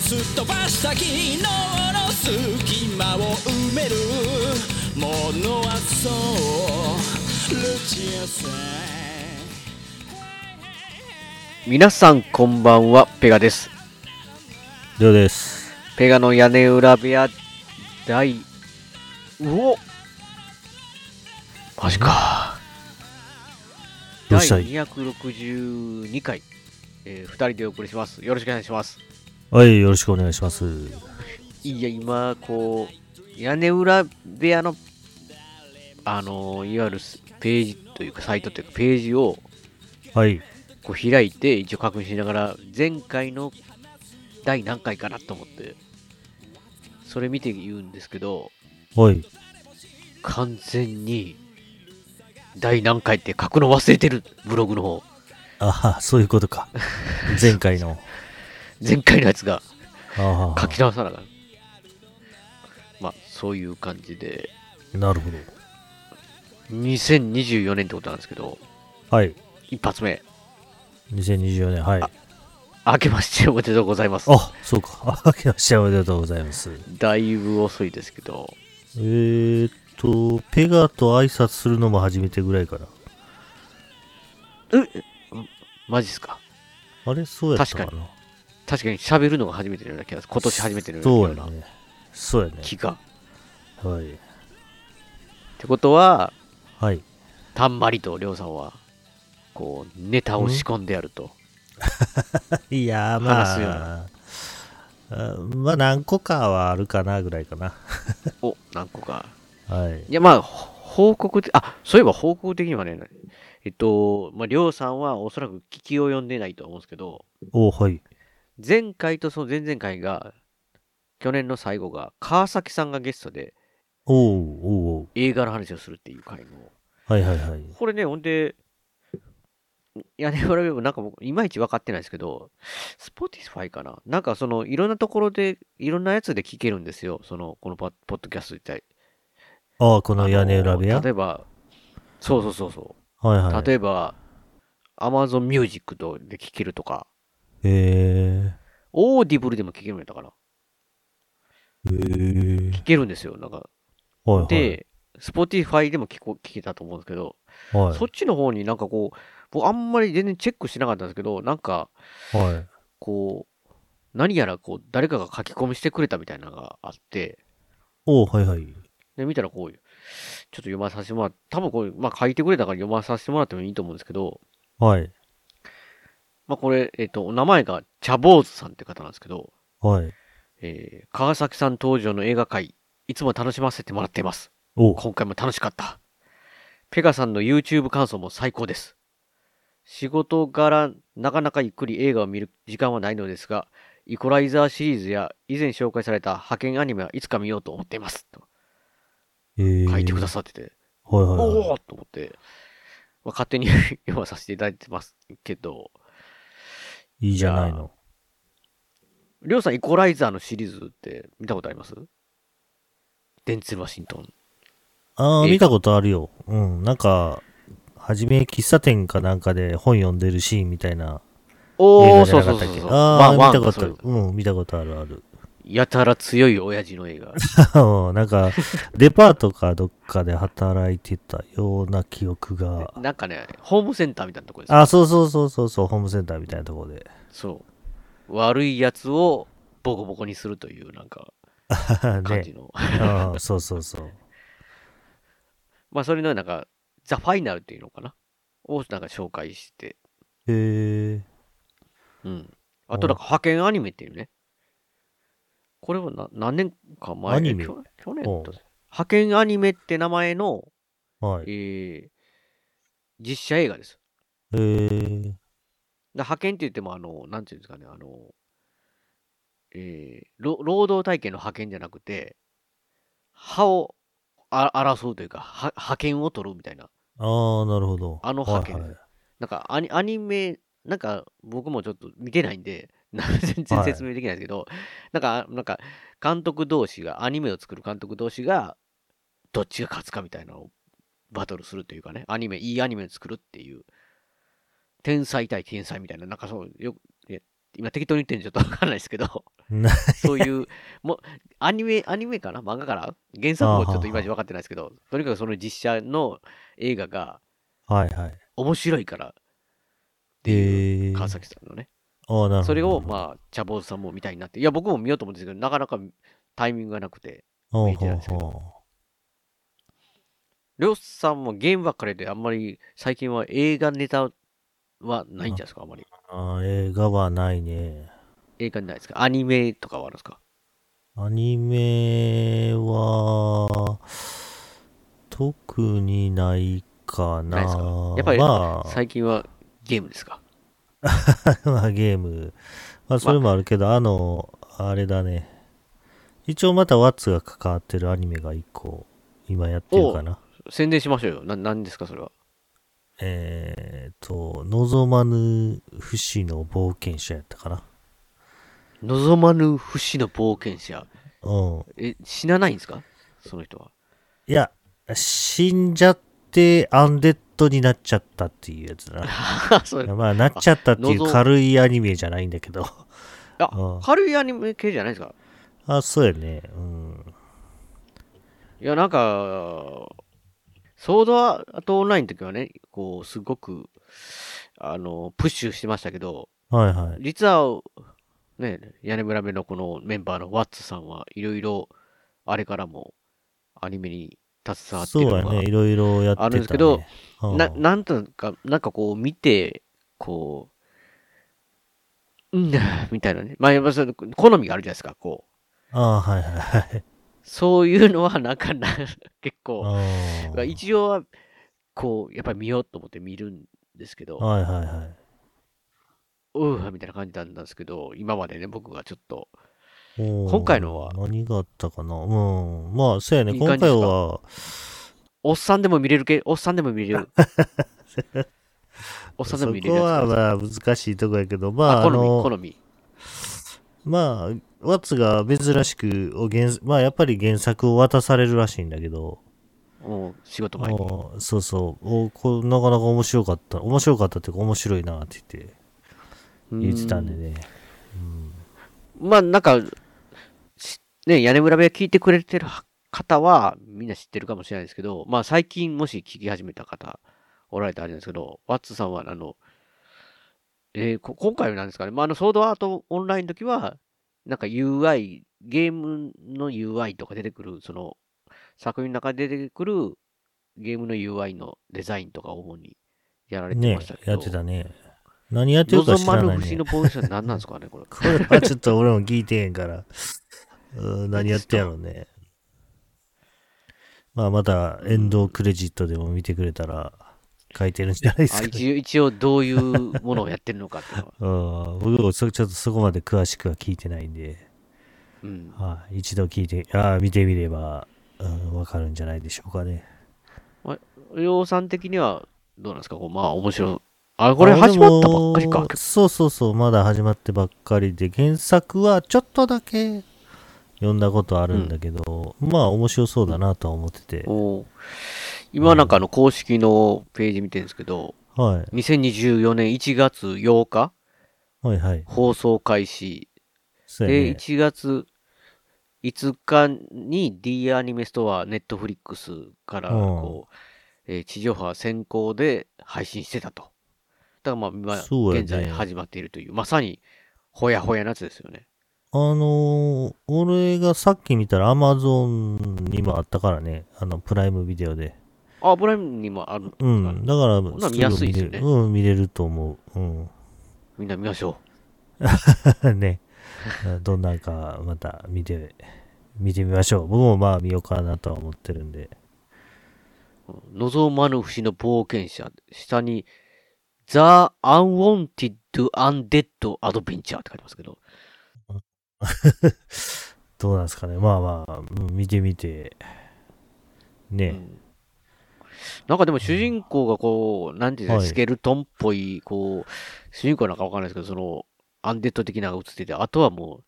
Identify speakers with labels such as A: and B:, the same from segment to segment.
A: すっ飛ばした昨日の隙間を埋めるものはそうルチアさん
B: 皆さんこんばんは、ペガです。
C: りょうです。
B: ペガの屋根裏部屋、第、うおマジか。
C: どう
B: 第
C: したい
B: 262回、えー、2人でお送りします。よろしくお願いします。
C: はい、よろしくお願いします。
B: いや、今、こう、屋根裏部屋の、あのーいわゆるスページというか、サイトというか、ページを
C: はい。
B: こう開いて、一応確認しながら、前回の第何回かなと思って、それ見て言うんですけど、
C: はい。
B: 完全に、第何回って書くの忘れてる、ブログの方。
C: ああ、そういうこ とか。前回の。
B: 前回のやつが
C: あ
B: 書き直さなあかん。まあ、そういう感じで、
C: あ、なるほど。
B: 2024年ってことなんですけど、
C: はい。
B: 一発目、
C: 2024年、はい。
B: 明けましておめでとうございます。
C: あ、そうか。あけましておめでとうございます。
B: だいぶ遅いですけど、
C: えーっと、ペガと挨拶するのも初めてぐらいかな。
B: マジっすか。
C: あれ、そうやったかな。
B: 確確かに喋るのが初めてのような気がする。今年初めての
C: そ
B: よう
C: うや
B: な
C: ね。そうやね。
B: 気が。
C: はい。
B: ってことは、
C: はい。
B: たんまりとりょうさんは、こう、ネタを仕込んでやると。
C: いやー、
B: 話すよ
C: まあ、あまあ、何個かはあるかな、ぐらいかな。
B: お、何個か。
C: はい。
B: いや、まあ、ほ報告で、あ、そういえば報告的にはね、えっと、まあ、りょうさんはおそらく聞きを読んでないと思うんですけど、
C: おはい。
B: 前回とその前々回が、去年の最後が、川崎さんがゲストで
C: おうおうおう
B: 映画の話をするっていう回の、
C: はいはいはい。
B: これね、ほんで、いやね、我々もなんか僕、いまいち分かってないですけど、Spotify かななんかその、いろんなところで、いろんなやつで聞けるんですよ。その、このポッポッドキャスト自体。
C: ああ、この屋根裏部
B: あ
C: 屋
B: の例えば、そうそうそうそう。
C: はいはい。
B: 例えば、Amazon Music とで聴けるとか、
C: え
B: オーディブルでも聴けるんやったかな。
C: ー、えー
B: 聴、けるんですよ。なんか。
C: はいはい。
B: で、Spotify でも聞こ聞けたと思うんですけど、
C: は
B: そっちの方になんかこう、僕あんまり全然チェックしなかったんですけど、なんか、
C: い。はい。
B: こう、何やらこう、誰かが書き込みしてくれたみたいなのがあって、
C: おうはいはい。
B: で、見たらこう、ちょっと読まさせてもらって、多分これ、まあ書いてくれたから読まさせてもらってもいいと思うんですけど、
C: はい。
B: まあこれ、えっ、と、お名前が茶坊主さんって方なんですけど、
C: はい。
B: えー川崎さん登場の映画会、いつも楽しませてもらっています。
C: おう
B: 今回も楽しかった。ペガさんの YouTube 感想も最高です。仕事柄、なかなかゆっくり映画を見る時間はないのですが、イコライザーシリーズや以前紹介された派遣アニメはいつか見ようと思っています。と
C: えー、
B: 書いてくださってて、
C: はいはいはい。
B: おおーと思って、まあ勝手に 読まさせていただいてますけど、
C: いいじゃないの。
B: りょうさんイコライザーのシリーズって見たことありますデンツェル・ワシントン。
C: あ
B: え
C: あ、
B: ー
C: 見たことあるよ。うん。なんか、はじめ喫茶店かなんかで本読んでるシーンみたいな
B: お
C: 映
B: お、
C: 画じゃ
B: そう
C: な
B: そ
C: か
B: うそ
C: ったっ
B: う
C: け
B: そう。
C: ああ、
B: ま
C: 見たことあ
B: そ
C: る
B: う。
C: うん、見たことあるある。
B: やたら強い親父の映画。
C: なんか、デパートかどっかで働いてたような記憶が。
B: なんかね、ホームセンターみたいなとこです。
C: あ、そうそうそうそうそう、ホームセンターみたいな ところで。
B: そう。悪いやつをボコボコにするという、なんか、感
C: ね
B: じの。
C: ああそうそうそう。
B: まあ、それの、なんか、ザ・ファイナルっていうのかなを、なんか紹介して。
C: へえ。
B: うん。あと、なんか、派遣アニメっていうね。これはな何年か前
C: アニメ
B: 去去年
C: おう
B: と派遣アニメって名前の、
C: はい。
B: えー実写映画です。
C: へえ。
B: だ派遣って言っても、あの、なんていうんですかね、あの、えーろ労働体験の派遣じゃなくて、歯をあ争うというか、は派遣を取るみたいな。
C: ああ、なるほど。
B: あの
C: は
B: 派
C: い
B: 遣
C: はい
B: なんかアニアニメ、なんか僕もちょっと見てないんで、 な全然説明できないですけど、なんか、なんか監督同士が、アニメを作る監督同士が、どっちが勝つかみたいなのをバトルするというかね、アニメ、いいアニメを作るっていう、天才対天才みたいな、なんかそう、よいや今適当に言ってるんでちょっと わかんないですけど、
C: な
B: そういう、もう、アニメ、アニメかな漫画かな原作もちょっといまいち分かってないですけど、とにかくその実写の映画が
C: はいはい。
B: 面白いから、
C: で、
B: 川崎さんのね。
C: ああ、なるほど。
B: それを、
C: あ、
B: まあ、茶坊主さんも見たいになって、いや、僕も見ようと思ってたけど、なかなかタイミングがなくて、
C: ほう
B: 見て
C: ほ
B: たん
C: う
B: ですけど
C: ほ
B: りょうさんもゲームばっかりで、あんまり最近は映画ネタはないんじゃないですか、あんまり。
C: うああ映画はないね。
B: 映画ないですか。アニメとかはあるんですか。
C: アニメは、特にないかな。
B: ないですかやっぱり
C: ま
B: 最近はゲームですか。
C: あ、 まあゲーム。まあ、それもあるけど、あ、の、あれだね。一応またワッツが関わってるアニメが一個、今やってるかな。
B: 宣伝しましょうよ。な何ですか、それは。
C: えーっと、望まぬ不死の冒険者やったかな。
B: 望まぬ不死の冒険者。
C: うん。
B: え、死なないんですかその人は。
C: いや、死んじゃってアンデッドになっちゃったっていうやつだ
B: そう
C: な。まあ、なっちゃったっていう
B: 望
C: 軽いアニメじゃないんだけど。
B: あ
C: あ、
B: 軽いアニメ系じゃないですか。
C: あ、そうやね。うん。
B: いや、なんか、ソードアートオンラインの時はね、こう、すごく、あの、プッシュしてましたけど、
C: はいはい。
B: 実は、ね、屋根裏目のこのメンバーのワッツさんはいろいろ、あれからもアニメに携わって
C: そ
B: る
C: うや
B: のが、
C: ね。いろいろやってた、ね。
B: あるんですけど
C: うん、
B: ななんとか、なんかこう見て、こう、うん、みたいなね。まあ、やっぱその好みがあるじゃないですか、こう。
C: あはいはいはい。
B: そういうのは、なんかな、 結構、
C: あ
B: が一応はこうやっぱり見ようと思って見るんですけど、
C: はいはいはい。
B: うわみたいな感じだったんですけど今までね僕がちょっと
C: おー
B: 今回のは
C: 何があったかなうん。まあ、そうやね。
B: いい
C: 今
B: 感じ
C: 回
B: ですか
C: は、
B: おっさんでも見れるけおっさんでも見れ るおっさんで
C: そ
B: も
C: こ
B: 見れるや
C: は
B: つ
C: まあ難しいとこやけど、まあ、
B: あ
C: あ
B: 好み
C: の、
B: 好み
C: まあ、ワッツが珍しくお原、まあやっぱり原作を渡されるらしいんだけど、
B: もう仕事前に
C: おそうそうおこ、なかなか面白かった、面白かったっていうか面白いなって言って、言ってたんでね。
B: うんまあなんかしね屋根裏部屋聞いてくれてる方はみんな知ってるかもしれないですけどまあ最近もし聞き始めた方おられたらあれなんですけどワッツさんはあのえーこ今回は何ですかね、まあ、あのソードアートオンラインの時は、なんか UI、ゲームの UI とか出てくる、その作品の中で出てくるゲームの UI のデザインとか主にやられて
C: ね
B: ましたけど、
C: やってたね。何やってるか知
B: 望ま
C: らな
B: ぬ
C: い
B: 不死
C: ね
B: の。ポーズは何なんですかね、これ。
C: これはちょっと俺も聞いてへんから、うん何やってんやろうね。まあまた、エンドクレジットでも見てくれたら、書いてるんじゃないです
B: あ
C: か、ね。。
B: 一応一応どういうものをやってるのかっていうのは
C: うん僕もそちょっとそこまで詳しくは聞いてないんで、
B: うん、
C: はい一度聞いて、ああ、見てみれば、うん、わかるんじゃないでしょうかね。
B: 量産的にはどうなんですかこうまあ面白い。あ、これ始まったばっかり
C: あ
B: か
C: でも。そうそうそう、まだ始まってばっかりで、原作はちょっとだけ読んだことあるんだけど、まあ面白そうだなとは思ってて、
B: おー今なんかあの公式のページ見てるんですけど、
C: はい、
B: 2024年1月8日
C: はいはい。
B: 放送開始。
C: そうや
B: で、
C: ね。
B: 1月5日に D アニメストア、ネットフリックスから
C: うん
B: こう、えー地上波先行で配信してたと。だからまあ、今
C: そうやね
B: 現在始まっているという、まさにほやほやなやつですよね。
C: あのー俺がさっき見たら Amazon にもあったからね、あの、プライムビデオで。
B: あ、ブライムにもある、
C: うん、だから、
B: んなん見やすいですよね
C: すぐ見れるうん、見れると思う。うん。
B: みんな見ましょ
C: ね、どんなんかまた見て、見てみましょう。僕もまあ見ようかなとは思ってるんで。
B: う。望まぬ不死の冒険者、下に The Unwanted Undead Adventure って書いてますけど、
C: どうなんですかね。まあまあ、うん見てみて。
B: う
C: ね、
B: んなんかでも主人公がこう、なんていうんですか、
C: はい
B: スケルトンっぽい、こう、主人公なんかわかんないですけど、その、アンデッド的なのが映ってて、あとはもう、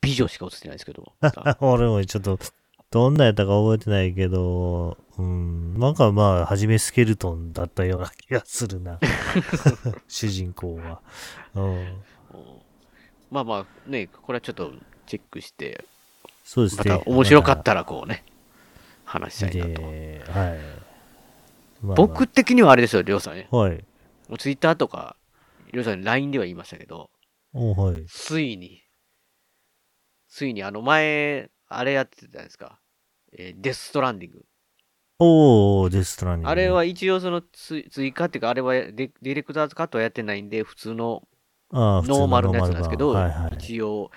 B: 美女しか映ってないですけ ど。
C: あ俺もちょっと、どんなやったか覚えてないけど、うん、なんかまあ、はじめスケルトンだったような気がす るな。主人公は。うん、
B: まあまあね、これはちょっとチェックして、
C: そうです
B: ま
C: ね。
B: た面白かったらこうね、話し
C: ま
B: た
C: た
B: いなと。
C: ではい。まあまあ
B: 僕的にはあれですよ、りょうさんね。
C: はい。
B: もうツイッターとか、りょうさんに LINE では言いましたけど、
C: おはい。
B: ついに、ついにあの前、あれやってたじゃないですか。えーデスストランディング。
C: おー、デストランディング
B: あれは、一応そのつ追加っていうか、あれはデディレクターズカットはやってないんで、普通の
C: あー普通の
B: ノーマルのやつなんですけど、
C: ノーマル版はいはい。
B: 一応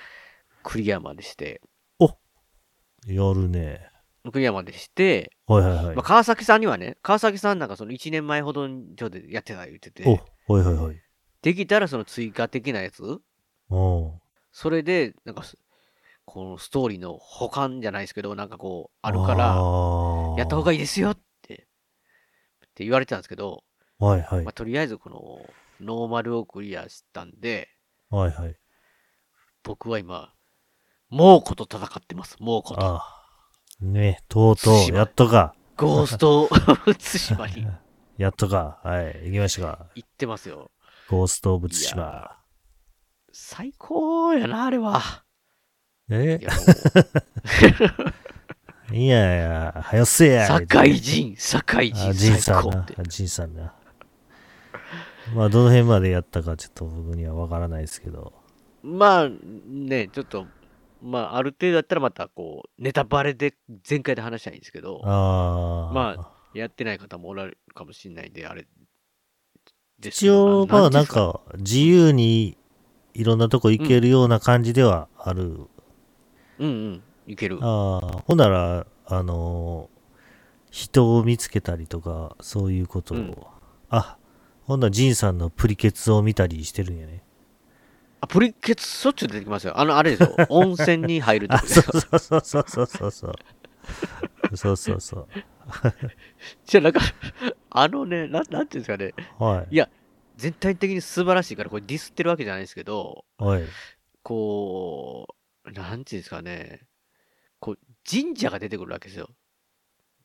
B: クリアまでして、
C: やるね。
B: クリアまでして、
C: はいはいはい
B: まあ、。川崎さんにはね、川崎さんなんかその1年前ほどにちょっとやってた言って
C: お
B: て、
C: はいはいはい。
B: できたらその追加的なやつ、
C: お
B: それで、なんかす、このストーリーの補完じゃないですけど、なんかこう、あ
C: あ
B: るから、
C: ー
B: やった方がいいですよって、って言われてたんですけど、
C: はいはい
B: まあ、。とりあえずこの、ノーマルをクリアしたんで、
C: はいはい。
B: 僕は今、猛虎と戦ってます。猛虎と。
C: あーねとうと
B: 対
C: う、
B: 馬
C: やっとか。
B: ゴースト対馬 に
C: やっとか。はい。行きましたか。
B: 行ってますよ。
C: ゴースト・オブ・ツシ
B: い
C: マ。
B: 最高やな、あれは。
C: え
B: い やも
C: いやいや、はよせや。
B: う堺人、堺
C: あ
B: 人、
C: ジンさ
B: 最高
C: んな
B: って。。
C: あジンさんな。まあ、どの辺までやったか、ちょっと僕にはわからないですけど。
B: まあね、ちょっと、まあある程度だったらまたこう、ネタバレで全開で話したいんですけど、
C: ああ。
B: まあ、やってない方もおられるかもしれないんで、あれです
C: 一
B: けど、
C: 応、まあ、
B: てい
C: な
B: うんです、
C: か、自由にいろんなとこ行けるような感じではある。
B: うんうん、いける。
C: ああ、ほんなら、あのー人を見つけたりとか、そういうことを。
B: うん
C: あ、ほんなら、ジンさんのプリケツを見たりしてるんやね。
B: あ、プリケツしょっちゅう出てきますよ。あの、あれですよ、温泉に入ると
C: あ、
B: こです
C: そ
B: よ。
C: うそうそうそうそうそう。そうそうそう。
B: じゃあなんか、あのね、なんなんていうんですかね、
C: はい。
B: いや、全体的に素晴らしいから、これディスってるわけじゃないですけど、
C: はい。
B: こう、なんていうんですかね、こう、神社が出てくるわけですよ。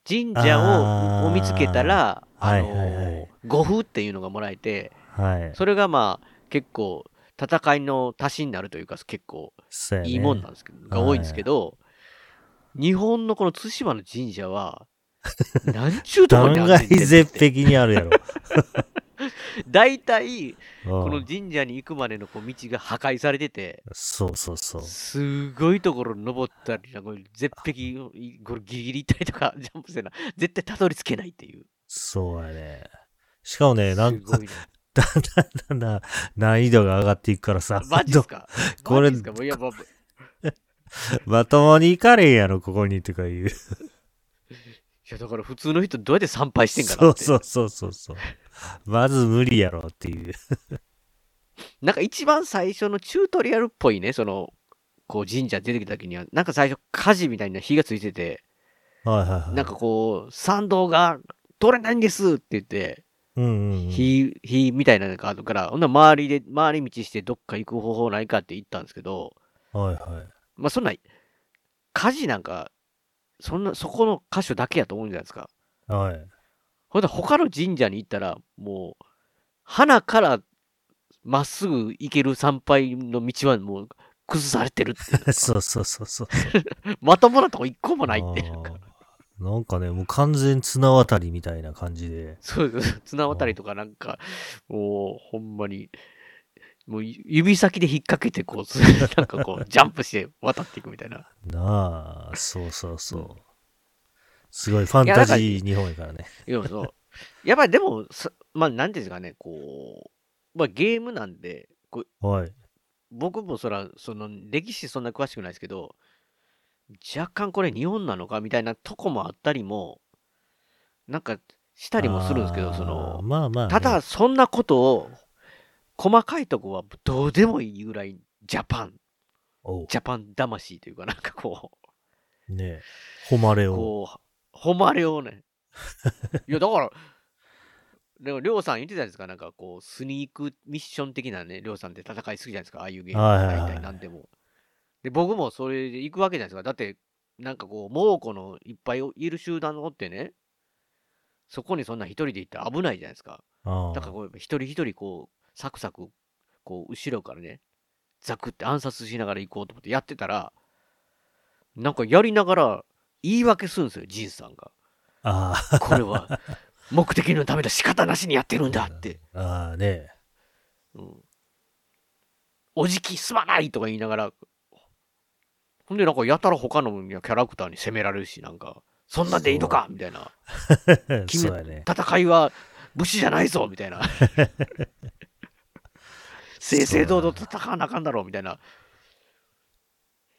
B: 神社
C: あー
B: をを見つけたら、あの、
C: はいはいはい
B: 五符っていうのがもらえて、
C: はい。
B: それがまあ、結構、戦いの足しになるというか、結構、
C: そうやね
B: いいもんなんですけど、が多いんですけど、日本のこの対馬の神社は、なんちゅうとこ
C: 断
B: にあんね
C: 崖
B: んて
C: 絶壁にあるやろ。
B: 大体、こ
C: う
B: の
C: ん
B: 神社に行くまでのこう道が破壊されてて、
C: そうそうそう。
B: すごいところ登ったりな、これ絶壁を、いこれギリギリ行ったりとか、 ジャンプせな、絶対たどり着けないっていう。
C: そうやね。しかもね、なん
B: すごい
C: だんだんだんだん難易度が上がっていくからさ
B: な。、マ ジっすか
C: これ
B: マジっすかもういや、まあ
C: まともに行かれへんやろ、ここにとかいう。
B: いやだから普通の人どうやって参拝してんか
C: そ
B: な
C: う
B: って。
C: そうそうそうそう。まず無理やろっていう。
B: なんか一番最初のチュートリアルっぽいね、その、こう神社出てきた時には、なんか最初火事みたいな火がついてて、
C: はいはいはい。
B: なんかこう、参道が取れないんですって言って、
C: うんうんうん。
B: 火、火みたいなのがあるから、ほんなら周りで、回り道してどっか行く方法ないかって言ったんですけど、
C: はいはい。
B: まあそんな、火事なんか、そんな、そこの箇所だけやと思うんじゃないですか。
C: はい。
B: ほんで他の神社に行ったら、もう、花からまっすぐ行ける参拝の道はもう崩されてるっていう
C: そうそうそうそう。
B: まともなとこ一個もないっていうか。
C: あーなんかね、もう完全綱渡りみたいな感じで。
B: そうです。綱渡りとかなんか、もう、ほんまに、もう指先で引っ掛けて、こう、ず なんかこう、ジャンプして渡っていくみたいな。
C: なあ、そうそうそう。すごい、ファンタジー日本やからね。
B: いや、そう。やっぱりでも、さまあ、なんていうんですかね、こう、まあ、ゲームなんで、こう
C: はい。
B: 僕もそら、その、歴史そんな詳しくないですけど、若干これ日本なのかみたいなとこもあったりも、なんか、したりもするんですけど、
C: あー
B: その、
C: まあまあね、
B: ただ、そんなことを、細かいとこはどうでもいいぐらい、ジャパン
C: おう
B: ジャパン魂というかなんかこ
C: ねえ。誉れ
B: う、
C: を。
B: こう、誉れを ね。いや、だから、でも、りょうさん言ってたじゃないですか、なんかこう、スニークミッション的なね、りょうさんって戦い好きじゃないですか、ああいうゲーム、
C: はいはいはい
B: 大体何でも。で、僕もそれで行くわけじゃないですか。だって、なんかこう、猛虎のいっぱいいる集団を追ってね、そこにそんな一人で行ったら危ないじゃないですか。
C: あ
B: だから
C: あ
B: こう一人一人こうサクサクこう後ろからねザクって暗殺しながら行こうと思ってやってたらなんかやりながら言い訳するんですよジンさんが
C: あ
B: これは目的のためだ仕方なしにやってるんだ って、
C: あ、ああねえ。
B: うん、おじきすまないとか言いながらほんでなんかやたら他のキャラクターに責められるしなんかそんなんでいいのかみたいな君
C: そう
B: は
C: やね。
B: 戦いは武士じゃないぞみたい な正々堂々と戦わなあかんだろうみたいな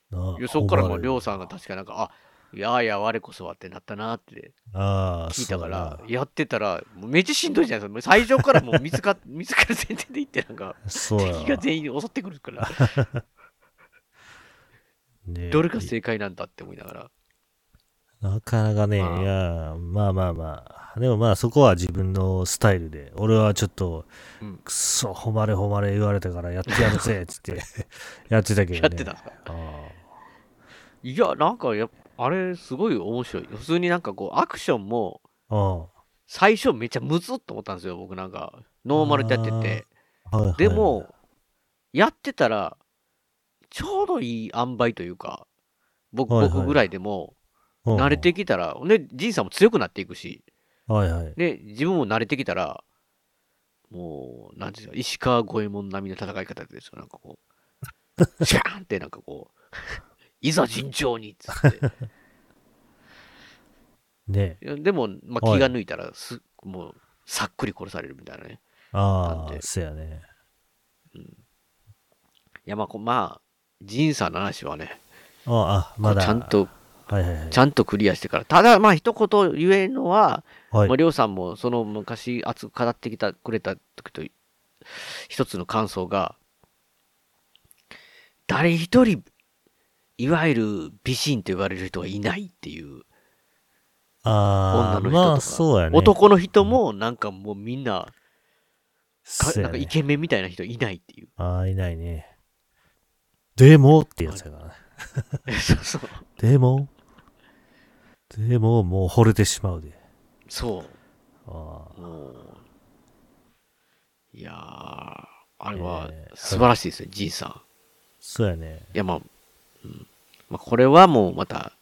C: ないあ
B: やそっからもう
C: 誉れ
B: り
C: を
B: ょうさんが確かなんかあいやいや我こそはってなったなって
C: ああ、
B: 聞いたから
C: そうや
B: やってたらもうめっちゃしんどいじゃないですかもう最初からもう見つか 見つかる前提で行ってなんか
C: なそうや
B: 敵が全員襲ってくるから
C: ねえ
B: どれが正解なんだって思いながら
C: なかなかね、い
B: まあ
C: や、まあまあまあ。でもまあそこは自分のスタイルで、俺はちょっと、
B: うん
C: くそ、誉れ誉れ言われたからやってやるぜ、つって、やってたけどね。
B: やってたんですか
C: ああ
B: いやなんかやっぱあれすごい面白い普通になんかこうアクションも
C: あ
B: 最初めっちゃむずっと思ったんですよ僕なんかノーマルでやってて
C: あ、はいはい
B: でも、やってたら、ちょうどいい塩梅というか、僕,、
C: はいはい
B: 僕ぐらいでも、
C: うん
B: 慣れてきたら、ね、ジンさんも強くなっていくし、
C: はいはい。
B: で、自分も慣れてきたら、もう、なんていうんですか、石川五右衛門並みの戦い方ですよ、なんかこう、 シャーンってなんかこう、 いざ尋常にっつって。
C: ね
B: いやでも、まあ、
C: はい
B: 気が抜いたらす、もう、さっくり殺されるみたいなね。
C: あ
B: なん
C: あ、
B: で
C: そうやね。
B: いや、まあこう、まあ、ジンさんの話はね、
C: ああ、まだ。
B: ちゃん。と
C: はいはいはい
B: ち。ゃんとクリアしてから。ただ、まあ、一言言えるのは、
C: はい
B: まあ、りょうさんも、その昔熱く語ってきた、くれた時と、一つの感想が、誰一人、いわゆる美人と言われる人がいないっていう、
C: あ
B: 女の人とか、
C: あ、まあそうやね。
B: 男の人も、なんかもうみんな、か
C: そう
B: な
C: や
B: んか
C: ね
B: イケメンみたいな人いないっていう。
C: ああ、いないね。でもってやつやからね。
B: そう そう。
C: でも、でももう惚れてしまうで。
B: そう。
C: あ
B: もういやー、あれは
C: えー
B: 素晴らしいですね、じいさん。
C: そうやね。
B: いや、まあ、うんまあ、これはもうまた、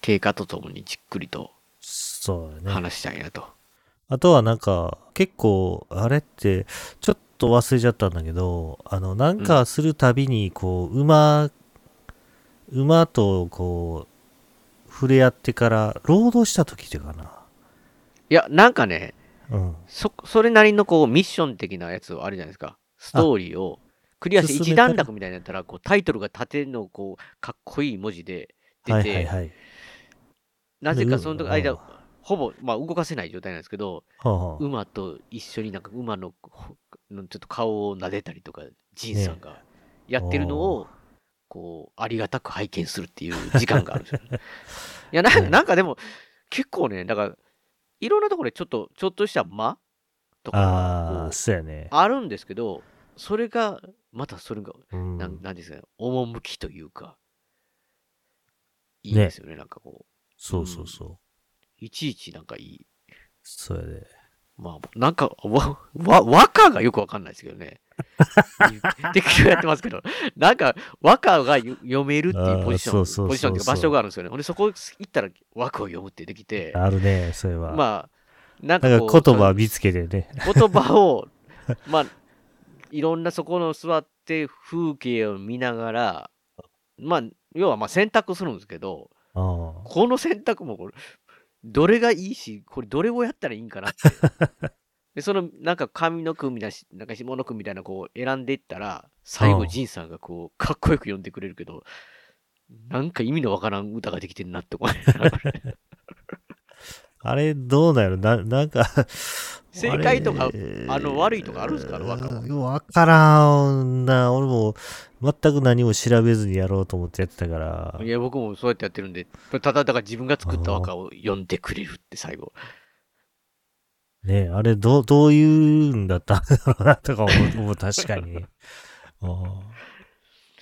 B: 経過とともにじっくりと
C: そうやね。
B: 話したいなと。
C: あとはなんか、結構、あれって、ちょっと忘れちゃったんだけど、あの、なんかするたびに、こう、馬、馬とこう、触れ合ってから、労働した時っていうかな。
B: いや、なんかね、
C: うん。
B: そ、それなりのこう、ミッション的なやつあるじゃないですか。ストーリーをクリアして
C: 進めた
B: 一
C: ら
B: 段落みたいになったら、こう、タイトルが縦のこう、かっこいい文字で出て、
C: はいはいはい。
B: なぜかその時
C: う
B: 間
C: ん、
B: ほぼ、まあ、動かせない状態なんですけど、
C: はあはあ
B: 馬と一緒になんか馬のほのちょっと顔を撫でたりとか、ジンさんがやってるのを、こう、ありがたく拝見するっていう時間があるんですよ、ね。いやな、
C: ね
B: なんかでも、結構ね、だから、いろんなところでちょっと、ちょっとした間とかが
C: あ
B: こ
C: あ、
B: う
C: そうやね。
B: あるんですけど、それが、またそれが、
C: うん
B: なんなんですかね、趣というか、いいですよね、なんかこう、
C: そうそうそう。
B: いちいちなんかいい。
C: そうやで。
B: まあ、なんか、わ、わ、和歌がよくわかんないですけど ね。適当やってますけど、なんか、和歌がよ読めるっていうポジション、
C: あーそうそうそうそう
B: ポジションっていうか場所があるんですよね。ほんで、そこ行ったら和歌を読むってできて、
C: あるね、それは。あ、
B: まあ、なんか
C: な
B: こ
C: ん
B: う
C: か言葉見つけてね。
B: その言葉を、 まあ、いろんなそこの座って風景を見ながら、まあ、要はまあ選択するんですけど、
C: ああ。
B: この選択もこれ、どれがいいし、これどれをやったらいいんかなって。で、その、なんか上の句みたいなし、なんか下の句みたいなこう選んでいったら、最
C: う
B: 後、
C: ん
B: 仁さんがこう、かっこよく読んでくれるけど、なんか意味のわからん歌ができてんなって思いながら
C: あれ、どうなんやろな、なんか、
B: 正解とか
C: あれ
B: あの悪いとかあるんですかあの和歌は
C: わからんな。俺も全く何も調べずにやろうと思ってやってたから
B: い。や、僕もそうやってやってるんで、ただ、だから自分が作った和歌を読んでくれるって最後。
C: ねあれ、どう、どういうんだったんだろうなとか思う、 思う確かにね。あ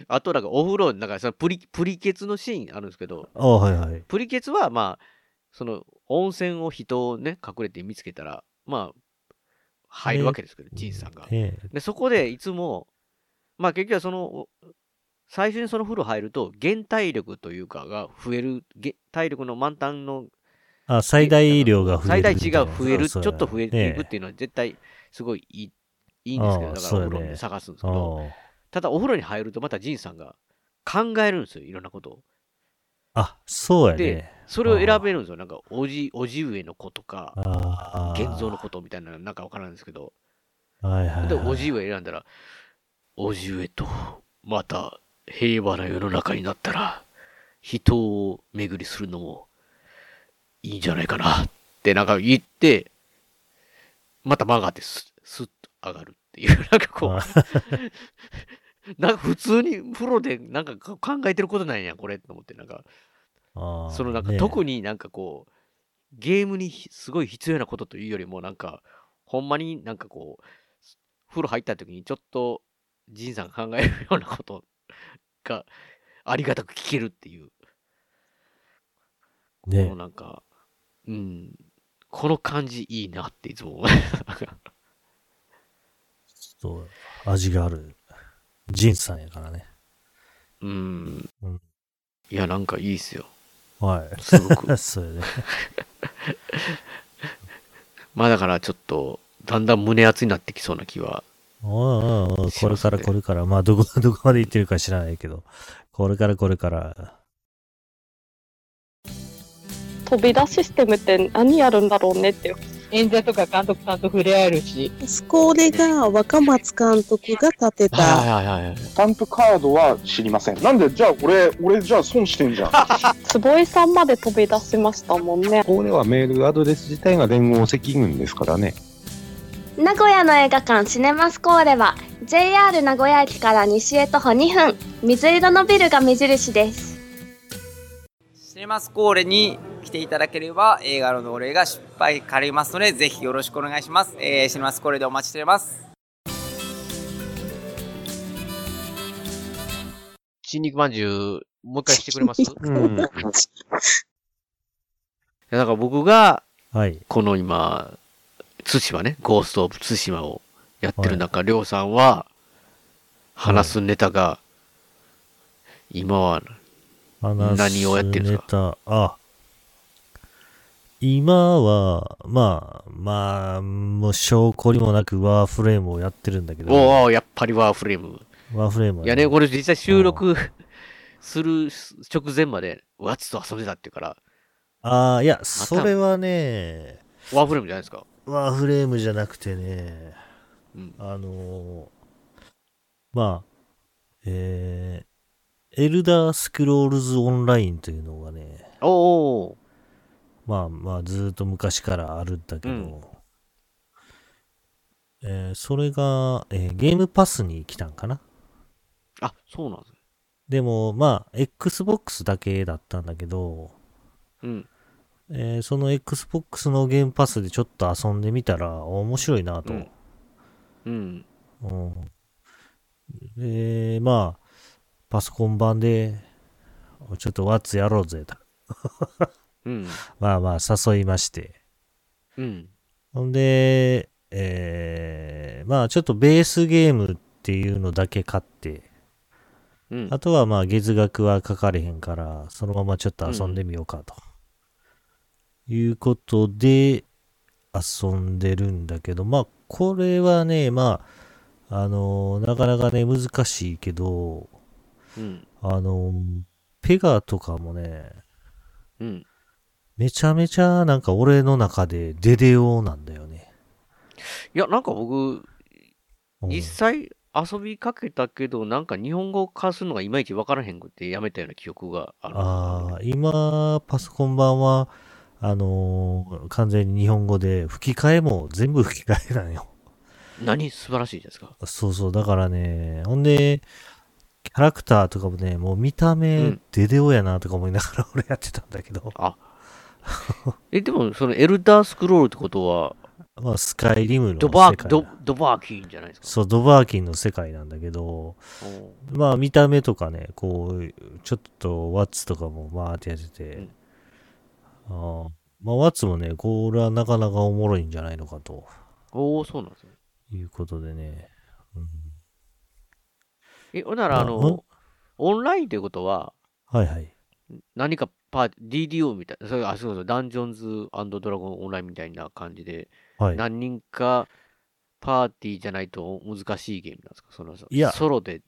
B: あと、なんかお風呂、なんかそのプリ、プリケツのシーンあるんですけど、
C: あ、はいはい。
B: プリケツは、まあ、その、温泉を人をね、隠れて見つけたら、まあ、入るわけですけど、ジンさんが。
C: ねえ
B: で、そこでいつも、まあ結局はその、お最初にその風呂入ると、減体力というかが増える、げ体力の満タンの
C: あ、最大量が増える。
B: 最大値が増える、ちょっと増えていくっ
C: いう
B: ていうのは絶対すごいいいいいんですけど、
C: ああ
B: だから
C: そ
B: お
C: うやね
B: 風呂で探すんですけ
C: そうや
B: ど、
C: ね。
B: ただお風呂に入るとまたジンさんが考えるんですよ、いろんなことを。
C: ああ、そうや
B: で
C: ね。、
B: それを選べるんですよ、なんかおじおじ上の子とか、
C: ああ。
B: 現像のことみたいなのなんかわからないんですけど、
C: はいはいはい。
B: で、おじ上選んだら、おじ上とまた平和な世の中になったら、人を巡りするのもいいんじゃないかなってなんか言って、また曲がってスッ、スッと上がるっていう、なんかこ
C: あ
B: う、なんか普通にプロでなんか考えてることなんや、これと思って、なんか、
C: ああ
B: そのなんか
C: ねえ
B: 特になんかこう、ゲームにひすごい必要なことというよりも、なんか、ほんまになんかこう、風呂入った時にちょっと、ジンさんが考えるようなことがありがたく聞けるっていう、
C: ね
B: このなんか、うん、この感じいいなっていつも思う。
C: ちょっと味がある。ジンさんやからね。
B: うん
C: うん。
B: いや、なんかいいっすよ。
C: は
B: すごく
C: い。。 そうやね。
B: まあだからちょっと、だんだん胸熱になってきそうな気は。
C: おうおうおうこれからこれから。まあ、どこ、 どこまで行ってるか知らないけど。これからこれから。
D: 飛び出システムって何やるんだろうねっていう
E: 演者とか監督さんと触れ合えるし、
F: これが若松監督が建てた
B: はいはいはい。
G: スタンプカードは知りません。なんで、じゃあ俺、俺じゃあ損してんじゃん。
D: 坪井さんまで飛び出しましたもんね
H: ここではメールアドレス自体が連合赤軍ですからね。
I: 名古屋の映画館シネマスコーレは JR 名古屋駅から西へ徒歩2分水色のビルが目印です
J: シネマスコーレに来ていただければ映画の同例が失敗かりますのでぜひよろしくお願いします、えーシネマスコーレでお待ちしております
B: 新肉まんじゅう、もう一回してくれますい
H: うん。
B: やだから僕が、
C: はい。
B: この今、対馬ね、ゴースト・オブ・対馬をやってる中、りょうさんは、話すネタが、今は、
C: 話す
B: 何をやってるんです
C: ネタ、あ、今は、まあ、まあ、もう証拠にもなくワーフレームをやってるんだけど、ワ
B: おお、やっぱりワーフレーム。
C: ーフレームは、
B: いやね、これ実際収録する直前まで、ワッツと遊んでたっていうから、
C: ああ、いや、それはね、
B: ワーフレームじゃないですか。
C: ワーフレームじゃなくてね、
B: うん
C: あのーまあ、えー、エルダースクロールズオンラインというのがね、
B: おお
C: まあまあずーっと昔からあるんだけど、
B: うん
C: えーそれが、えーゲームパスに来たんかな
B: ー、あ、そうなんですね。
C: でもまあ XBOX だけだったんだけど、
B: うん。
C: えーその XBOX のゲームパスでちょっと遊んでみたら面白いなと、
B: うんうん。
C: うんでまあパソコン版でちょっとワッツやろうぜと
B: うん。
C: まあまあ誘いまして
B: うん。
C: ほんで、えー、まあちょっとベースゲームっていうのだけ買って、
B: うん
C: あ。とはまあ月額はかかれへんから、そのままちょっと遊んでみようかと。いうことで、遊んでるんだけど、まあこれはね、まあ、あのーなかなかね、難しいけど、
B: うん。
C: あのーペガとかもね、
B: うん。
C: めちゃめちゃなんか俺の中でデデオなんだよね。
B: いや、なんか僕、
C: うん
B: 実際遊びかけたけど、なんか日本語化するのがいまいちわからへんくてやめたような記憶がある。
C: ああ、今、パソコン版は、あのー完全に日本語で、吹き替えも全部吹き替えなんよ。
B: 何素晴らしいじゃないですか。
C: そうそう、だからね、ほんで、キャラクターとかもね、もう見た
B: う
C: 目
B: ん、
C: デデオやなとか思いながら 俺やってたんだけど、
B: あ。え、でも、そのエルダースクロールってことは、
C: まあ、スカイリムの世
B: ド
C: 界
B: バー、ド、ドバーキーンじゃないですか。
C: そう、ドバーキンの世界なんだけど、
B: お
C: まあ見た目とかね、こう、ちょっとワッツとかもバーってやってて、あーまあワッツもね、これはなかなかおもろいんじゃないのかと
B: おーそうなんですね。
C: いうことでね、うん
B: え、ほんなら、あ
C: うん
B: の、オンラインということは、
C: はいはい。
B: 何かパーティー、DDO みたいな、それあ、そうそう、ダンジョンズドラゴンオンラインみたいな感じで、
C: はい。
B: 何人かパーティーじゃないと難しいゲームなんですかその
C: いや
B: ソロで。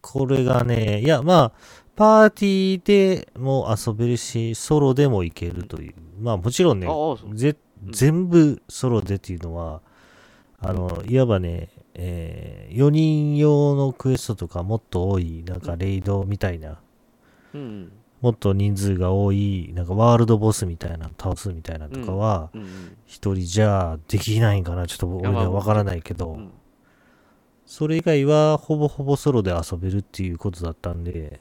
C: これがね、いや、まあ、パーティーでも遊べるし、ソロでもいけるという。まあ、もちろんね
B: ああ、そう
C: ぜ
B: うん
C: 全部ソロでっていうのは、あの、いわばね、え4人用のクエストとかもっと多い、なんかレイドみたいな、
B: うん
C: もっと人数が多い、なんかワールドボスみたいなの倒すみたいなのとかは、
B: うん。うん
C: 一人じゃできないんかな、ちょっと
B: い
C: 俺
B: や
C: に
B: まあ
C: はわからないけど、
B: うん。うん
C: それ以外はほぼほぼソロで遊べるっていうことだったんで、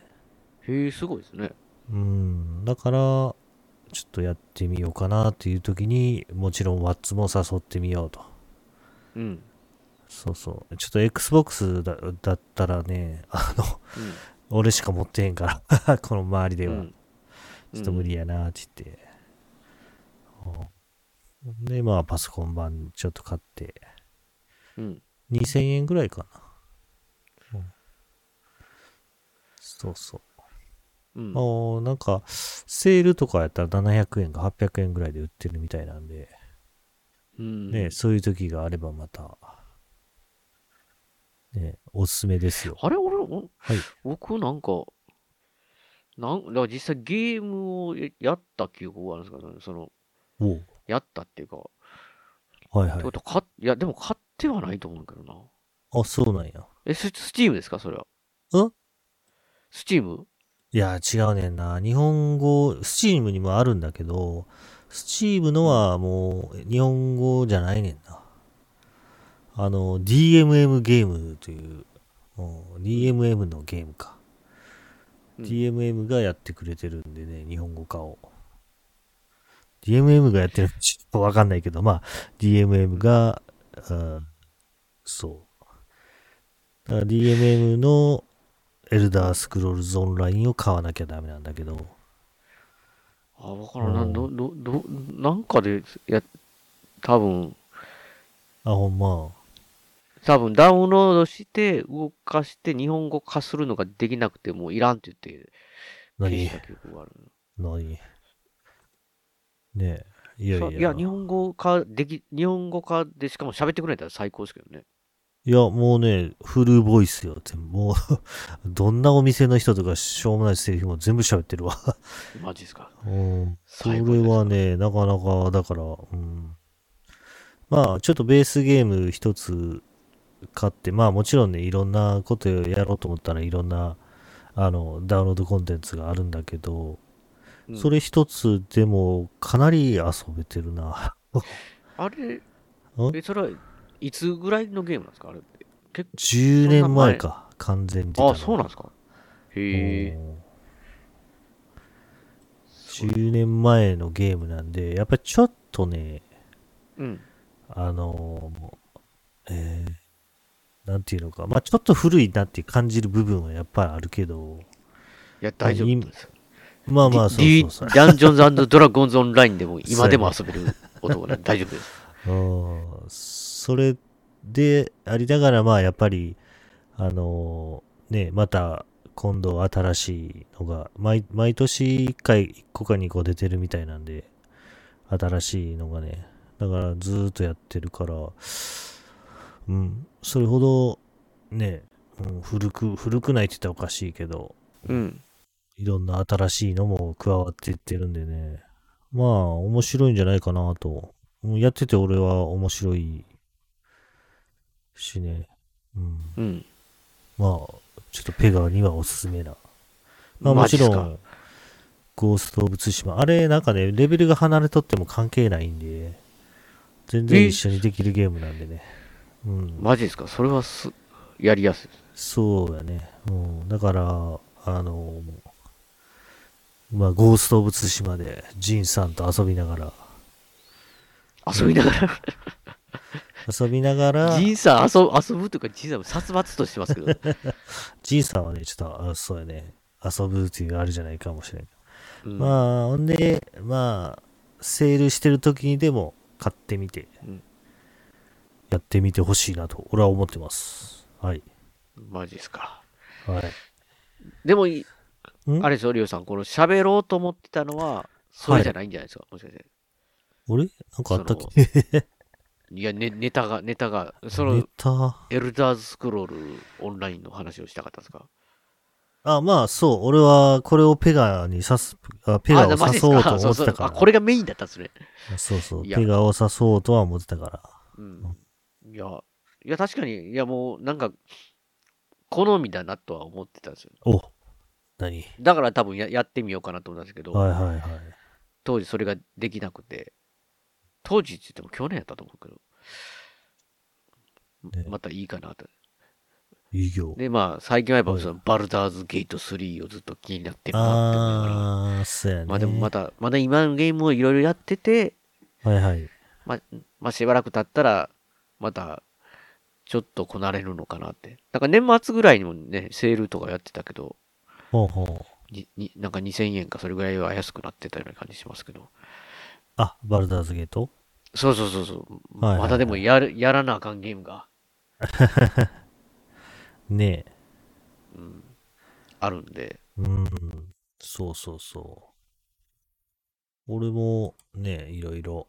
B: へえ、すごいですね。
C: うん、だから、ちょっとやってみようかなっていう時に、もちろんワッツも誘ってみようと。
B: うん。うん
C: そうそう。ちょっと Xbox だだったらね、あの、 俺しか持ってへんから、 この周りでは、
B: うん
C: ちょっと無理やなって言って。うんで、まあ、パソコン版ちょっと買って、
B: うん。
C: 2000円ぐらいかな。うんそうそう。
B: うん。
C: あーなんか、セールとかやったら700円か800円ぐらいで売ってるみたいなんで、
B: うん
C: ね、そういう時があればまた、ね、おすすめですよ。
B: あれ俺、お
C: はい
B: 僕なんか、なんだから実際ゲームをややった記憶があるんですかね。その、
C: おう
B: やったっていうか、
C: は
B: っ
C: い
B: て
C: は
B: こ
C: い。
B: とか、いや、でも買ってはないと思うけどな。
C: あ、そうなんや。
B: え、ススチームですかそれは。
C: うん
B: スチーム
C: いや、違うねんな。日本語、スチームにもあるんだけど、スチームのはもう、日本語じゃないねんな。あの、DMM ゲームという、うん DMM のゲームか。
B: うん
C: DMM がやってくれてるんでね、日本語化を。DMM がやってるのちょっとわかんないけど、まあ、DMM が、うん、そう。だから DMM のエルダースクロールズオンラインを買わなきゃダメなんだけど、
B: あ、わからんな
C: うん
B: ど、ど、ど、なんかで、や、多分、
C: あ、ほんま。
B: 多分ダウンロードして、動かして、日本語化するのができなくて、もういらんって言って、消
C: 何
B: した記憶がある。
C: 何ねえ。いやい
B: そう
C: や。
B: いや、日本語化でき、日本語化でしかも喋ってくれたら最高ですけどね。
C: いや、もうね、フルボイスよ。全部もう、 どんなお店の人とか、しょうもないセリフも全部喋って るわ。
B: マジですか。
C: うん。それ
B: 最高です
C: はね、なかなか、だから、うん。まあ、ちょっとベースゲーム一つ買って、まあもちろんね、いろんなことやろうと思ったらいろんな、あの、ダウンロードコンテンツがあるんだけど、
B: うん
C: それ一つでもかなり遊べてる な。
B: あれ、え、それはいつぐらいのゲームなんですかあれって。結
C: 10年前か、完全に出たの
B: 構、あ、そうなんですかへえ。
C: うん10年前のゲームなんで、やっぱりちょっとね、
B: うん。
C: あのーえーなんていうのか、まあちょっと古いなって感じる部分はやっぱりあるけど、
B: いや、大丈夫ですよ。
C: まあまあ、そう
B: D-
C: そうそう。
B: ダンジョンズドラゴンズオンラインでも
C: そう
B: 今
C: やね
B: でも遊べる男なんで大丈夫です。
C: うんそれでありながら、まあやっぱり、あのーね、また今度新しいのが、毎毎年1回、1個か2個出てるみたいなんで、新しいのがね、だからずーっとやってるから、うん、それほど、ね、うん古く、古くないって言ったらおかしいけど、
B: うん。
C: いろんな新しいのも加わっていってるんでね。まあ、面白いんじゃないかなと。うんやってて俺は面白いしね。うん。
B: うん。
C: まあ、ちょっとペガにはおすすめな。まあ
B: マ
C: も
B: ジ
C: ち
B: っす
C: ろ
B: か
C: ん、ゴースト・オブ・ツシマ。あれ、なんかね、レベルが離れとっても関係ないんで、全然一緒にできるゲームなんでね。うん。
B: マジですかそれはす、やりやすい。
C: そうやね。うん。だから、あの、まあ、ゴースト・オブ・ツシマで、ジンさんと遊びながら、
B: 遊びなが
C: 遊びなが
B: ら、
C: ら、
B: じいさん遊ぶ、遊ぶというか、じいさん殺伐としてますけど、
C: ジンさんはね、ちょっと、あそうやね、遊ぶっていうあれじゃないかもしれない。
B: うん
C: まあ、ほんで、まあ、セールしてる時にでも買ってみて、
B: うん
C: やってみてほしいなと、俺は思ってます。はい。
B: マジですか。
C: はい。
B: でもい、
C: ん
B: あれですよ、リオさん、この喋ろうと思ってたのは、それじゃないんじゃないですか、もしかして。
C: 俺なんかあったっ
B: そ
C: け
B: いや、ね、ネタが、ネタが、そ
C: ネ
B: の、
C: タ。
B: エルダーズスクロールオンラインの話をしたかったんですか
C: あ、まあ、そう。俺は、これをペガに刺す、あペガを
B: あマジです
C: 刺そうと思
B: そ
C: っ
B: う
C: て
B: そう
C: たから。
B: あ、これがメインだったんですね。
C: そうそう。
B: いや
C: ペガを刺そうとは思ってたから。
B: うん。いや、いや、確かに、いや、もう、なんか、好みだなとは思ってたんですよ。
C: お何
B: だから多分ややってみようかなと思ったんですけど、
C: はいはいはい。
B: 当時それができなくて、当時って言っても去年やったと思うけど、
C: ね
B: またいいかなと。
C: 営業。
B: で、まあ、最近はやっぱそのバルダーズゲート3をずっと気になってるなって思いながら
C: あー、そうやね。
B: まあでもまた、まだ今のゲームをいろいろやってて、
C: はいはい。
B: まあ、まあ、しばらく経ったら、また、ちょっとこなれるのかなって。なんか年末ぐらいにもね、セールとかやってたけど、
C: ほうほう。
B: にになんか2000円かそれぐらいは安くなってたような感じしますけど。
C: あ、バルダーズゲート
B: そうそうそうそう。
C: はいはいはい
B: まだでもやるやらなあかんゲームが
C: ねえ。
B: あるんで。
C: うん。そうそうそう。俺もね、いろいろ。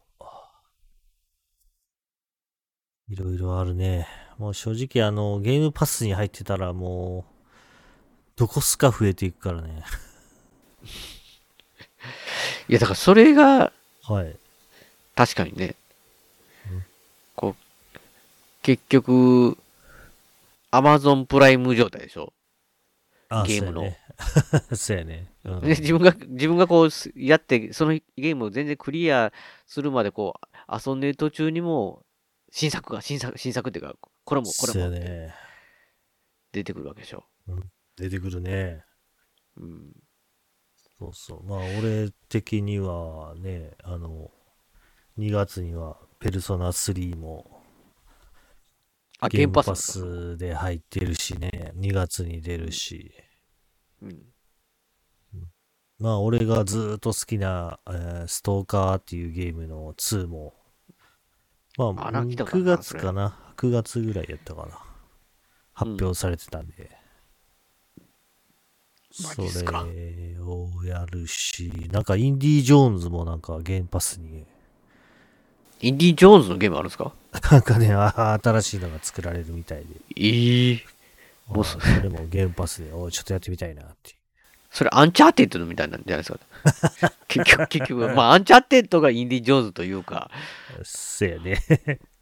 C: いろいろあるね。もう正直あの、ゲームパスに入ってたらもう、どこすか増えていくからね。
B: いや、だからそれが、
C: はい。
B: 確かにね、こう、結局、アマゾンプライム状態でしょ。
C: あ
B: ゲームの。
C: そうやね。 そうやね。うん
B: で自分が、自分がこうす、やって、そのゲームを全然クリアするまでこう、遊んでる途中にも、新作が、新作、新作っていうか、これも、これ
C: そうや
B: もって
C: ね。
B: 出てくるわけでしょ。
C: 出てくるね。
B: うん。
C: そうそう。まあ、俺的にはね、あの、2月には、ペルソナ3も、
B: あ、
C: ゲ
B: ゲ
C: ー
B: ー
C: ム
B: ム
C: パ
B: パス。
C: スで入ってるしね、2月に出るし、
B: うん。
C: まあ俺がずーっと好きな、えーストーカーっていうゲームの2も、まあ
B: あなんか来たか
C: 9
B: な
C: 月
B: それ
C: かな、9月ぐらいやったかな、発表されてたんで、
B: マジっすか
C: それをやるし、なんかインディ・ージョーンズもなんかゲームパスに、
B: インディ・ジョーンズのゲームあるんですか
C: なんかね、あー新しいのが作られるみたいで、
B: ええ
C: あ
B: も
C: ー
B: うそ
C: それもゲームパスで、おいちょっとやってみたいなっていう。
B: それアンチャーテッドみたいなんじゃないですか。 結局、結局、まあアンチャーテッドがインディ・ジョーンズというか、
C: せやね。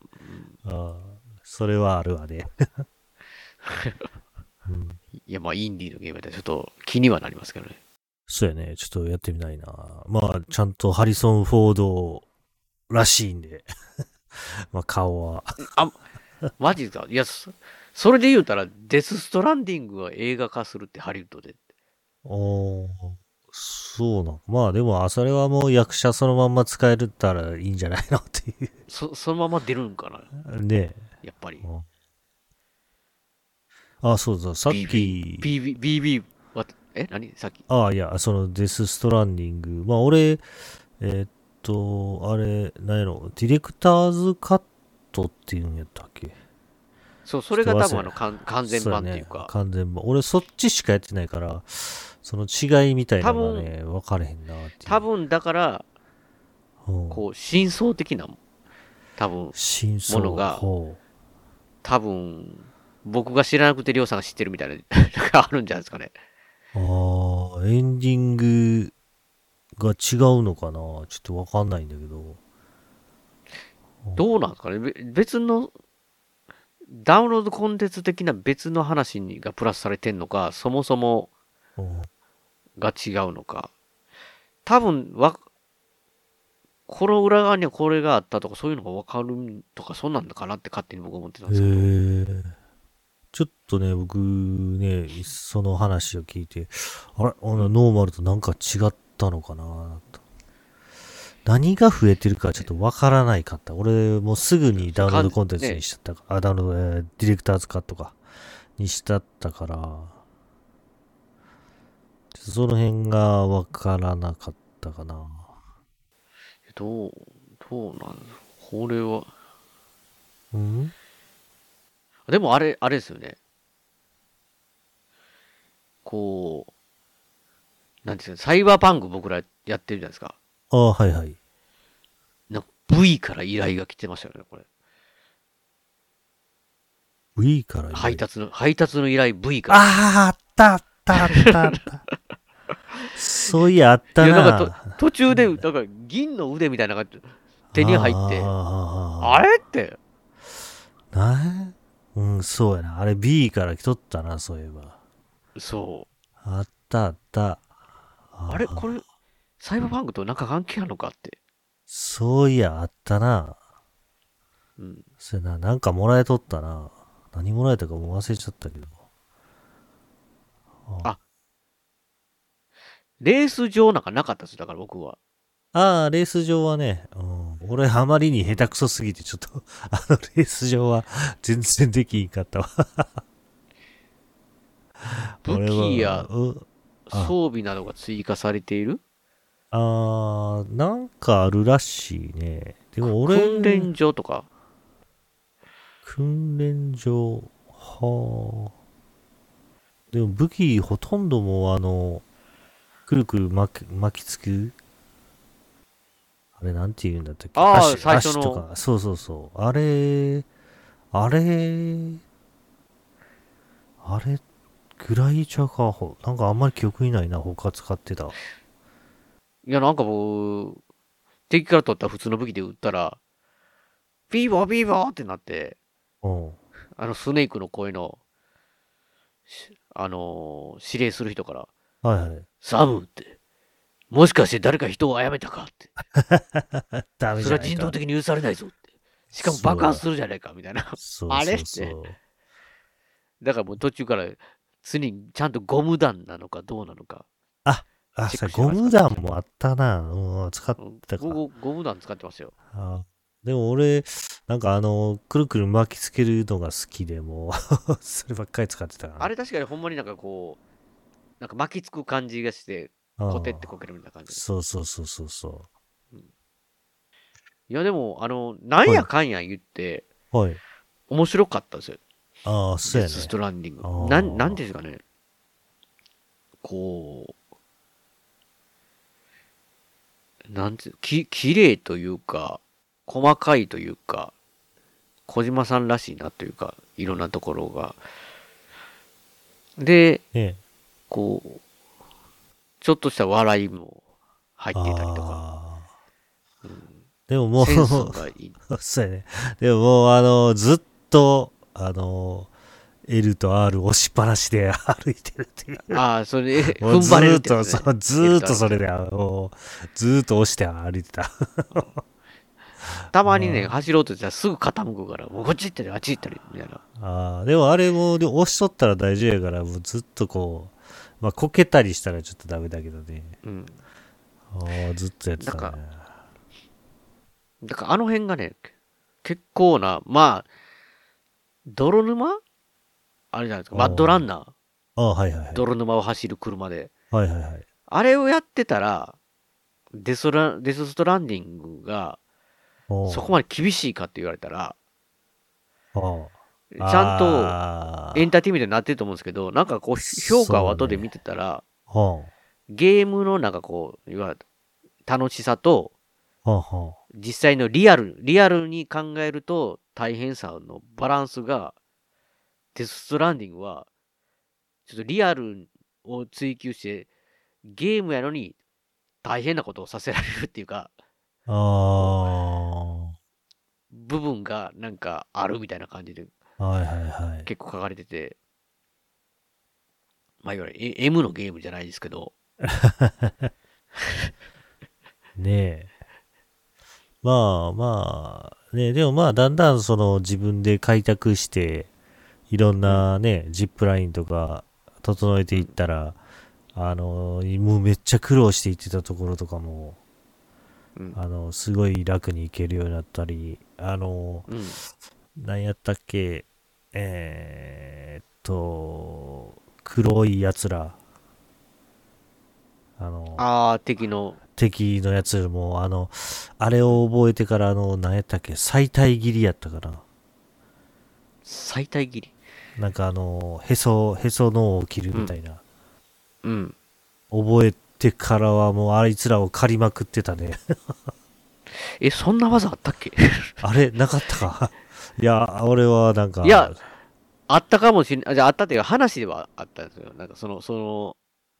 C: ああ、それはあるわね。うん、
B: いやまあインディのゲームだったらちょっと気にはなりますけどね。
C: そうやね。ちょっとやってみたいな。まあ、ちゃんとハリソン・フォードらしいんで。 まあ、顔は。
B: マジか。いや、そそれで言うたら、デス・ストランディングが映画化するってハリウッドで。
C: おーそうなの。まあ、でも、あそれはもう役者そのまんま使えるったらいいんじゃないのってい
B: そそのまま出るんかな
C: う。ね
B: やっぱり
C: え。。あ、そうそう。さっき。
B: BB、BB は、え何さっき。
C: ああ、いや、そのデス・ストランディング。まあ、俺、えーっと、あれ、なんやろ、ディレクターズカットっていうんやったっけ
B: そう、それが多
C: ちょ
B: 分あ
C: っと忘れ
B: の、完完全版っていう
C: そやね
B: か。
C: 完全版。俺、そっちしかやってないから、その違いみたいなのがね、分かれへんなっていう。
B: 多分だから、
C: うん、
B: こう、真相的な、多分、
C: 真相
B: ものが
C: ほう
B: 多分、僕が知らなくて、りょうさんが知ってるみたいな、なんかあるんじゃないですかね。
C: ああ、エンディングが違うのかなちょっと分かんないんだけど。
B: どうなんですかねべ別の、ダウンロードコンテンツ的な別の話にがプラスされてんのか、そもそも
C: うん
B: が違うのか。多分わ、この裏側にはこれがあったとか、そういうのがわかるとか、そんなんかなって勝手に僕は思ってたん
C: へ
B: ですけど。
C: ーちょっとね、僕ね、その話を聞いて、あれ、あのノーマルとなんか違ったのかなと何が増えてるかちょっとわからないかった。俺、もうすぐにダウンロードコンテンツにしちゃったか、あ、ダウンロード、えーディレクターズカットか、にしたったから、ちょっとその辺がわからなかったかな。
B: どう、どうなんだこれは。
C: うん
B: でもあれ、あれですよね。こう、なんていうんですか、サイバーパンク僕らやってるじゃないですか。
C: ああ、はいはい。
B: なんか V から依頼が来てましたよね、これ。
C: V から
B: 配達の、配達の依頼 V から。
C: ああ、あったあったあったあった。そういや、あった
B: いや、
C: な。
B: なんかと途中で、なんか銀の腕みたいなのが手に入って、あ
C: あれ
B: れって、
C: なうん、そうやな。あれ B から来とったな、そういえば。
B: そ
C: あったあった。
B: う。
C: あ
B: あれこれ、サイバーパンクとなんか関係あるのかって。
C: そういや、あったな。
B: うん。
C: そうやな、なんかもらえとったな。何もらえたかもう忘れちゃったけど。
B: レース場なんかなかったですだから僕は。
C: ああ、レース場はね、うん、俺あまりに下手くそすぎて、ちょっと、あのレース場は全然できんかったわ。
B: 武器や
C: 俺はうあ
B: 装備などが追加されている
C: あー、なんかあるらしいね。でも俺、
B: 訓練場とか。
C: 訓練場、はあ。でも武器ほとんどもうあの、くるくる巻き巻きつくあれなんて言うんだったっけ
B: あー
C: 足
B: 最初の
C: 足とか、そうそうそう。あれ、あれ、あれぐらいちゃうか、ほなんかあんまり記憶にないな、他使ってた。
B: いや、なんか僕、敵から取った普通の武器で撃ったら、ビーボービーボーってなって、
C: うん。
B: あのスネークの声の、しあのー指令する人から、
C: はいはい。
B: サムって、もしかして誰か人を殺めたかって、
C: ダメ
B: そ
C: じ
B: れ
C: ゃ
B: は
C: ない
B: 人
C: か
B: 道的に許されないぞって、しかも爆発するじゃないかみたいな。
C: そう
B: あれ
C: そうそう
B: だからもう途中から、常にちゃんとゴム弾なのかどうなのか。
C: あ、
B: チェッ
C: さ、
B: クしてま
C: ゴ
B: した
C: ム弾もあったな。うん、使っ
B: うん
C: てたか。
B: 僕、ゴム弾使ってますよ。
C: あでも俺、なんかあの、くるくる巻きつけるのが好きで、もう、 そればっかり使ってたな
B: あれ確かにほんまになんかこう、なんか巻きつく感じがして、
C: うん
B: コテってこけるみたいな感じ。
C: そうそうそうそうそ
B: いやでも、あの、なんやかんや言って、
C: う。はい。
B: 面白かったですよ。
C: ああ、そうやね
B: デ。スストランディン
C: あー
B: グ。なん、なんていうんですかね。こう、なんていう、き、綺麗というか、細かいというか、小島さんらしいなというか、いろんなところが。で、
C: ね
B: こう、ちょっとした笑いも入ってたりとか、
C: ああでももう、
B: センスがいい。
C: そうやね。でももう、あの、ずっと、あの、L と R 押しっぱなしで歩いてるっていう。
B: ああ、それ、
C: もう
B: 踏ん
C: ず
B: 張れる
C: ー
B: っ
C: って
B: や
C: と、
B: つね
C: そうずーっとそれで、あの、ずーっと押して歩いてた。
B: たまに
C: う
B: ね、
C: ん
B: 走ろうとしたらすぐ傾くから、もうこっち行ったり、あっち行ったり、みたいな。
C: ああ、でもあれも、でも押しとったら大事やから、もうずっとこう、まあ、こけたりしたらちょっとダメだけどね。
B: うん。
C: ああ、ずっとやってたね。
B: なんだからあの辺がね、結構な、まあ、泥沼あれじゃないですか、
C: おー
B: マッドランナー。
C: ああ、はいはいはい。
B: 泥沼を走る車で。
C: はいはいはい。
B: あれをやってたら、デストラデスストランディングが、そこまで厳しいかって言われたら、ち
C: ああ
B: ゃんと
C: あ
B: エンターテインメントになってると思うんですけど、なんかこう、評価を後で見てたら、
C: あ、は
B: ゲームのなんかこう、いわゆる楽しさと、
C: あ、はあ、は
B: 実際のリアル、リアルに考えると大変さのバランスが、デス・ストランディングは、ちょっとリアルを追求して、ゲームやのに大変なことをさせられるっていうか、
C: あ。あ
B: 部分がなんかあるみたいな感じで
C: あ、はいはいはい。
B: 結構書かれてて、まあいわゆる A- M のゲームじゃないですけど、
C: ねえ。まあまあ、ねでもまあだんだんその自分で開拓して、いろんなね、ジップラインとか整えていったら、あの、もうめっちゃ苦労していってたところとかも、
J: うん
C: あの、すごい楽に行けるようになったり、あの、
J: うん
C: なんやったっけ、えーっと、黒いやつら、あの、
B: ああ、敵の、
C: 敵のやつも、あの、あれを覚えてから、あの、何やったっけ、最大切りやったかな。
B: 最大切り。
C: なんかあの、へそ、へその緒を切るみたいな。
B: うん。
C: 覚えてからはもうあいつらを狩りまくってたね。
B: え、そんな技あったっけ
C: あれ、なかったか。 いや、俺はなんか、
B: いやあったかもしれない。あじゃあ、あったっていうか話ではあったんですよ。なんか、その、そ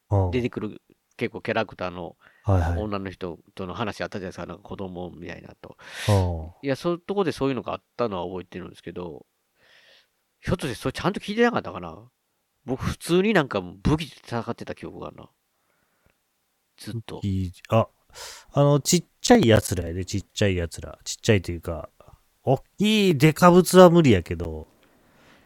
C: うん、
B: の、出てくる、結構キャラクターの
C: はいはい。
B: 女の人との話あったじゃないですか。なんか子供みたいなと。
C: うん
B: いや、そういうとこでそういうのがあったのは覚えてるんですけど、ひょっとしてそれちゃんと聞いてなかったかな僕、普通になんかもう武器で戦ってた記憶があるな。ずっと。
C: いいあ、あの、ちっちゃいやつらやで、ちっちゃいやつら。ちっちゃいというか、おっきいデカブツは無理やけど、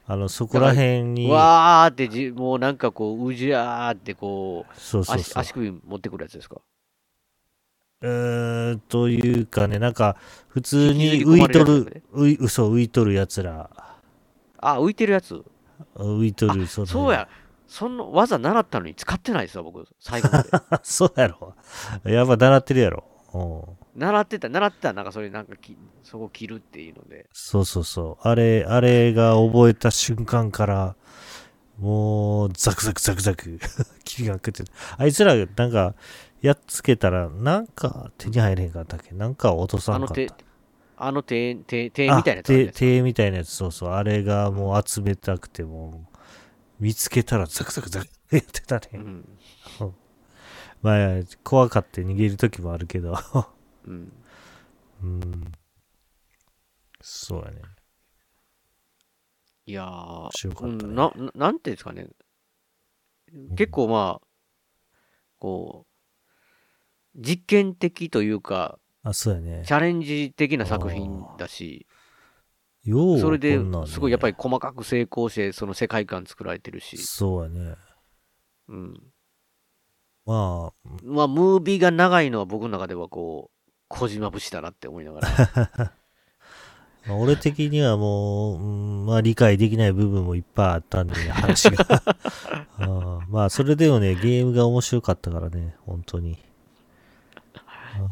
C: あの、そこら辺に、
B: わーってじ、もうなんかこう、うじゃーってこう、
C: そうそう
B: 足
C: そう。
B: 足首持ってくるやつですか
C: うーん、というかね、なんか、普通に
B: 引きずり
C: 浮
B: 込ま
C: い
B: れるやつ
C: と
B: だよね
C: る、うい、嘘、浮いとるやつら、
B: あ、浮いてるやつ
C: 浮いとる、その
B: そうや。その技習ったのに使ってないですわ、僕、最後 まで。
C: そうやろ。やっぱ習ってるやろ。うん。
B: 習ってた、習ってた、なんかそれ、なんかき、そこ切るっていうので。
C: そうそうそう。あれ、あれが覚えた瞬間から、もう、ザクザクザクザク、 切りがくって。あいつら、なんか、やっつけたら、なんか手に入れへんかったっけなんか落とさ
B: あ
C: ん
B: の
C: かった
B: 手。、あの手、手、手
C: あ
B: みたいなやつあるじゃないです
C: 手
B: か
C: 手みたいなやつ、そうそう。あれがもう集めたくても、見つけたらザクザクザクやってたね。
B: うん。
C: まあ、怖かって逃げる時もあるけど。
B: うん。
C: うん。そうやね。
B: いやー、
C: 強かったね
B: うんな、ななんていうんですかね。結構まあ、こう、実験的というか、
C: あ、そうやね。
B: チャレンジ的な作品だし、
C: よう、
B: それで
C: こんなんね
B: すごいやっぱり、細かく成功して、その世界観作られてるし、
C: そうやね。
B: うん。
C: まあ、
B: まあ、ムービーが長いのは僕の中ではこう、小島節だなって思いな がら。
C: まあ俺的にはもう、うんまあ理解できない部分もいっぱいあったんで、話が。あーまあ、それでもね、ゲームが面白かったからね、本当に。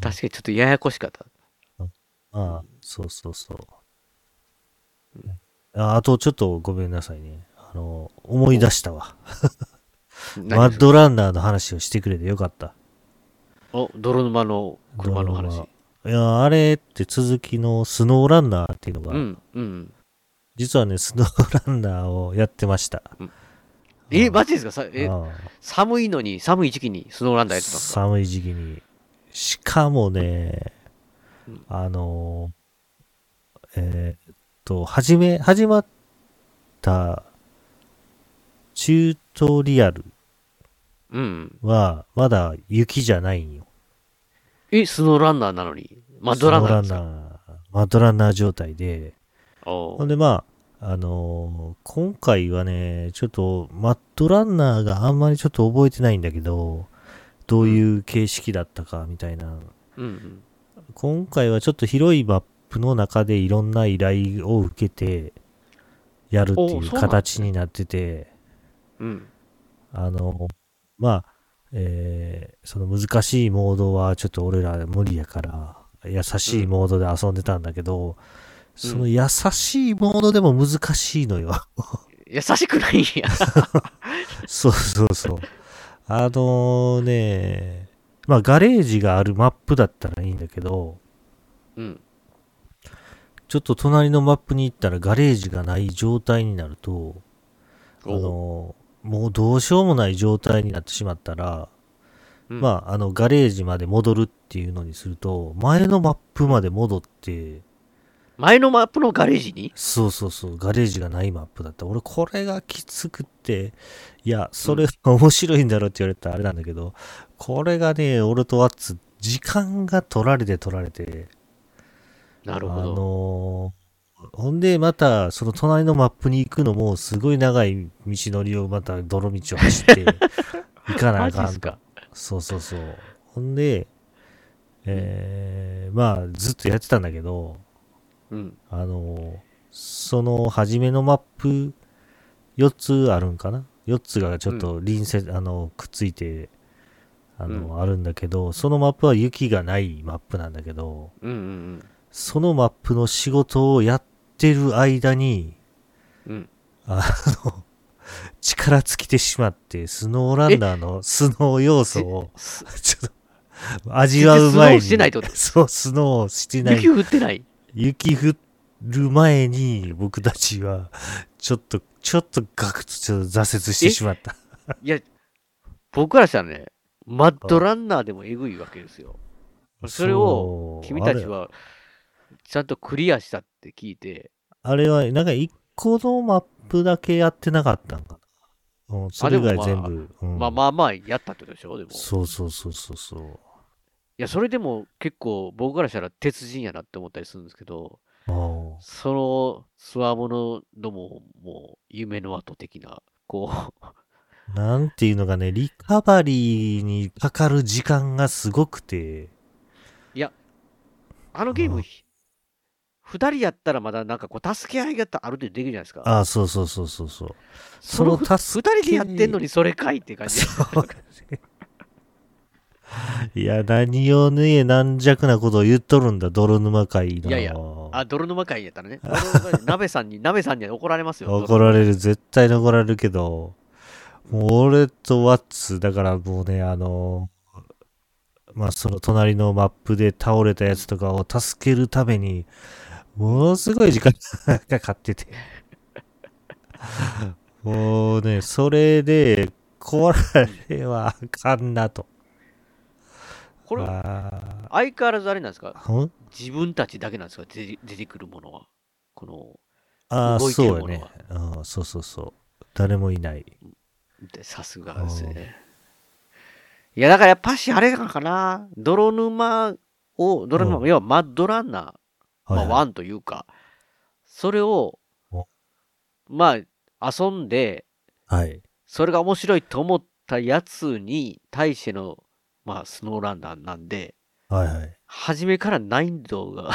B: 確かにちょっとややこしかった。
C: まあ、そうそうそう。ああと、ちょっとごめんなさいね。あの、思い出したわ。マ
B: 何で
C: ッ
B: すか
C: ドランナーの話をしてくれてよかった。
B: お、泥沼の車の話
C: 泥。いや、あれって続きのスノーランナーっていうのが、
B: うん、うん。
C: 実はね、スノーランナーをやってました。
B: え、マジですかさえ
C: ああ
B: 寒いのに、寒い時期にスノーランダーやってたんですか
C: 寒い時期に。しかもね、あの、えーっと、始め、始まったチュートリアル
B: うん。
C: は、まだ雪じゃないんよ。
B: え、スノーランナーなのに、マッドランナーなんで
C: ス
B: す
C: ノー
B: か
C: ランナー、マッドランナー状態で、
B: お
C: ほん
B: う
C: でまあ、あのー今回はね、ちょっとマッドランナーがあんまりちょっと覚えてないんだけど、どういう形式だったかみたいな。
B: うんうん。
C: 今回はちょっと広いマップの中でいろんな依頼を受けて、やるってい
B: おー
C: う
B: そうなんだ
C: 形になってて、
B: うん。
C: あの、まあ、えーその難しいモードはちょっと俺ら無理やから、優しいモードで遊んでたんだけど、その優しいモードでも難しいのよ。
B: 優しくないん や。
C: そうそうそう。あのね、まあガレージがあるマップだったらいいんだけど、
B: うん。
C: ちょっと隣のマップに行ったらガレージがない状態になると、あ
B: おう
C: のもうどうしようもない状態になってしまったら、
B: うん
C: まあ、あの、ガレージまで戻るっていうのにすると、前のマップまで戻って、
B: 前のマップのガレージに
C: そうそうそう、ガレージがないマップだった。俺、これがきつくって、いや、それが面白いんだろうって言われたらあれなんだけど、これがね、俺とワッツ時間が取られて取られて、
B: なる
C: あ
B: ほど。
C: のーほんでまた、その隣のマップに行くのも、すごい長い道のりをまた泥道を 走って、行かな
B: マ
C: あ
B: ジっ
C: かん
B: すか。
C: そうそうそう。ほんで、えー、まあ、ずっとやってたんだけど、
B: うん。
C: あの、その初めのマップ、4つあるんかな ?4 つがちょっと隣接、あの、くっついて、あの、あるんだけど、そのマップは雪がないマップなんだけど、
B: うんうん
C: そのマップの仕事をやってる間に、
B: うん。うん。
C: あの、 力尽きてしまって、スノーランナーのスノー要素を、ちょっと、味わう前
B: スノー
C: に。
B: してないってこと
C: そう、スノーしてない
B: 雪。降ってない。
C: 雪降る前に、僕たちは、ちょっと、ちょっとガクッとちょっと挫折してしまった。
B: いや、僕からしたらね、マッドランナーでもえぐいわけですよ。それを
C: そう
B: 君たちは、ちゃんとクリアしたって聞いて、
C: あれは、なんか一個のマップだけやってなかったんかな。うん、それ以外
B: あで
C: 全
B: もまあ
C: 部。うん
B: まあまあまあやったってことでしょ、でも。い
C: そうそうそうそうそう。
B: や、それでも結構僕からしたら鉄人やなって思ったりするんですけど、
C: あー
B: そのスワモのども、もう夢の後的な、こう、
C: なんていうのかね、リカバリーにかかる時間がすごくて、
B: あのゲー
C: う
B: ム
C: ん、
B: 二人やったらまだなんかこう、助け合いがある程度できるじゃないですか。
C: ああ、そうそうそうそうそう。
B: その
C: そ
B: 二
C: の助け
B: 人でやってんのにそれかいって感 じ。
C: そういや、何をね、軟弱なことを言っとるんだ、泥沼会の。
B: いやいやあ、泥沼会やったら ね。泥沼会鍋さんに、鍋さんには怒られますよ。
C: 怒られる、絶対に怒られるけど、もう俺とワッツ、だからもうね、あの、まあ、その隣のマップで倒れたやつとかを助けるために、ものすごい時間がかって て。もうね、それで、これはあかんなと。
B: これ、
C: あ
B: 相変わらずあれなんです
C: ー
B: か
C: ほん
B: 自分たちだけなんですか出て出てくるものは。この、
C: あー
B: 動いて
C: そ
B: る
C: うや
B: もの
C: ね
B: は。
C: うん、そうそうそう。誰もいない。
B: でさすがですね。いや、だからやっぱしあれかな。泥沼を、泥沼、
C: うん
B: 要はマッドランナー。まあ、
C: はい
B: ワンというか、それを
C: お、
B: まあ、遊んで、
C: はい。
B: それが面白いと思ったやつに対しての、まあ、スノーランナーなんで、
C: はいはい。
B: 初めから難易度が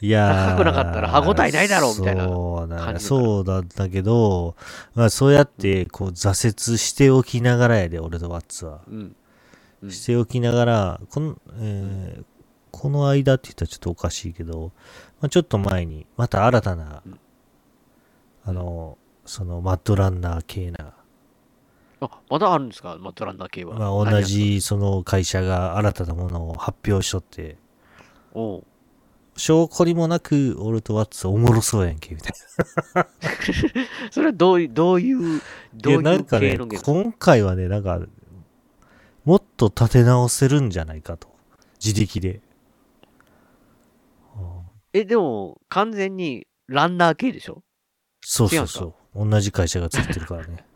C: いやー
B: 高くなかったら歯応えないだろうみたいな
C: そうな
B: 感
C: んだ
B: じなんだ
C: そうなんだけど、まあそうやって、こう、挫折しておきながらやで、俺とワッツは。
B: うん、うん
C: しておきながら、この、えーこの間って言ったらちょっとおかしいけど、まあ、ちょっと前に、また新たな、
B: うん
C: あの、その、マッドランナー系な、
B: あ、まだあるんですかマットランナー系は。
C: まあ同じ、その会社が新たなものを発表しとって、
B: 何やった。おう
C: 証拠にもなく、俺とワッツおもろそうやんけ、みたいな。
B: それはどういう、どういう、どうい
C: いや、なん
B: う
C: か
B: 系
C: ね
B: のゲー、ム
C: 今回はね、なんか、もっと立て直せるんじゃないかと。自力で。ああ
B: え、でも、完全にランナー系でしょ
C: そうそうそう。同じ会社が作ってるか らね。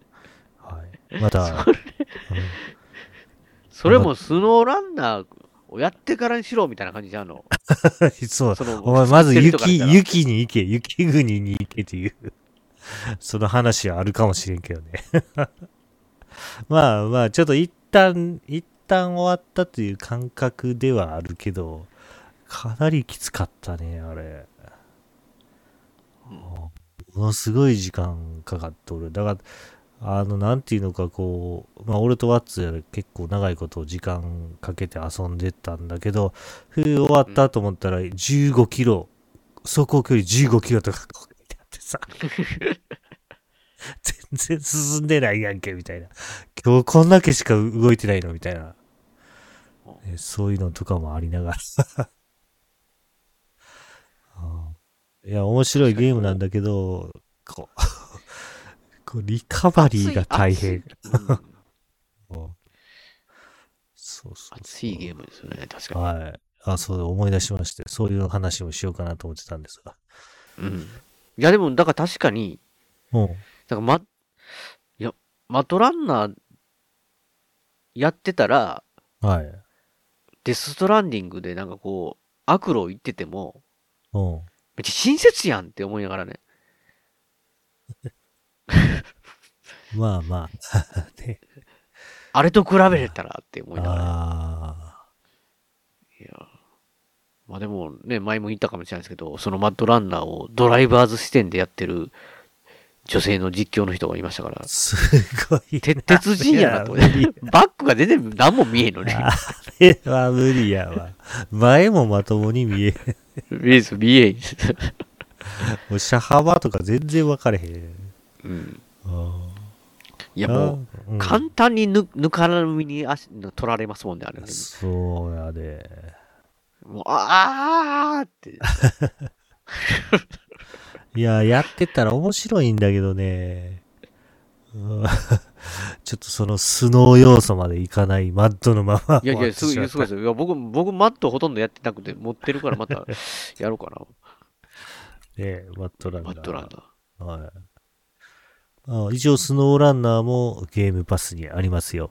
C: はい。また、うん
B: それもスノーランナーをやってからにしろみたいな感じじゃんの。
C: そう。
B: その
C: お前、まず
B: 作ってる人から見
C: 雪
B: た、ら
C: 雪に行け、雪国に行けっていう、 その話はあるかもしれんけどね。 まあまあ、ちょっと一旦、一旦終わったという感覚ではあるけど、かなりきつかったね、あれ。ものすごい時間かかっておる。だから、あの、なんていうのか、こう、まあ、俺とワッツやら結構長いこと時間かけて遊んでたんだけど、冬終わったと思ったら15キロ、走行距離15キロとかこう書いてあってさ、全然進んでないやんけ、みたいな。今日こんだけしか動いてないの、みたいな。ねそういうのとかもありながら。 ああいや、面白いゲームなんだけど、こう、こうリカバリーが大変。
B: うん
C: そうそう
B: 熱いゲームですよね、確か
C: はい。あ、そうだ、思い出しまして、そういう話もしようかなと思ってたんですが。
B: に。うん。いや、でも、だから確かに、
C: も
B: だから、ま、いや、マトランナーやってたら、
C: はい。
B: デスストランディングでなんかこう、悪路を言ってても、
C: うん。
B: めっちゃ親切やんって思いながらね。
C: まあまあ。ね、
B: あれと比べれたらって思いながら、ね。
C: あ
B: いやまあでもね、前も言ったかもしれないですけど、そのマッドランナーをドライバーズ視点でやってる女性の実況の人がいま したから
C: あ。、すごい。
B: て鉄人やなと。
C: い無理
B: バックが全然何も見えんのね。
C: え、は無理やわ。前もまともに見えん。
B: 見えず見えん。
C: もう車幅とか全然分かれへん。
B: うん。
C: あ
B: い
C: ー
B: やも
C: う
B: う、
C: ん
B: 簡単にぬぬからみに足取られますもんね、あれね。
C: そうやで。
B: もう、あーって。
C: いや、やってたら面白いんだけどね。うん ちょっとそのスノー要素までいかないマッドのまま
B: いやい
C: 終わっ
B: や、
C: て
B: すごい
C: しま
B: で
C: っ
B: すごいです
C: た。
B: よ。いや僕、僕、マットほとんどやってなくて、持ってるからま たやろうか
C: ねマッドラン
B: な。マ
C: ナ
B: ッ
C: ー。
B: トランナー。
C: はい。あ一応、スノーランナーもゲームパスにありますよ。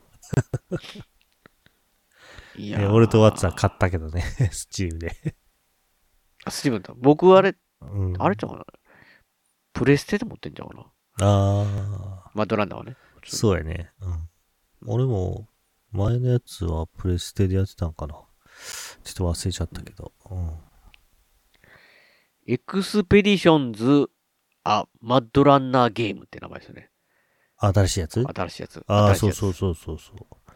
B: い
C: え
B: やー
C: 俺とワッツは買ったけどね、 スチームで。
B: あスティーブンだ。僕はあれ、
C: うん、
B: あれちゃうかな。プレステで持ってんちゃうかな。
C: ああ、
B: マットランナーはね。
C: そうやね。うん。俺も、前のやつはプレステでやってたんかな。ちょっと忘れちゃったけど。うん。
B: エクスペディションズ、あ、マッドランナーゲームって名前ですよね。
C: 新しいやつ
B: 新しいやつ。
C: あ
B: 新
C: あ、
B: しい
C: そ
B: や
C: う
B: つ
C: そうそうそうそう。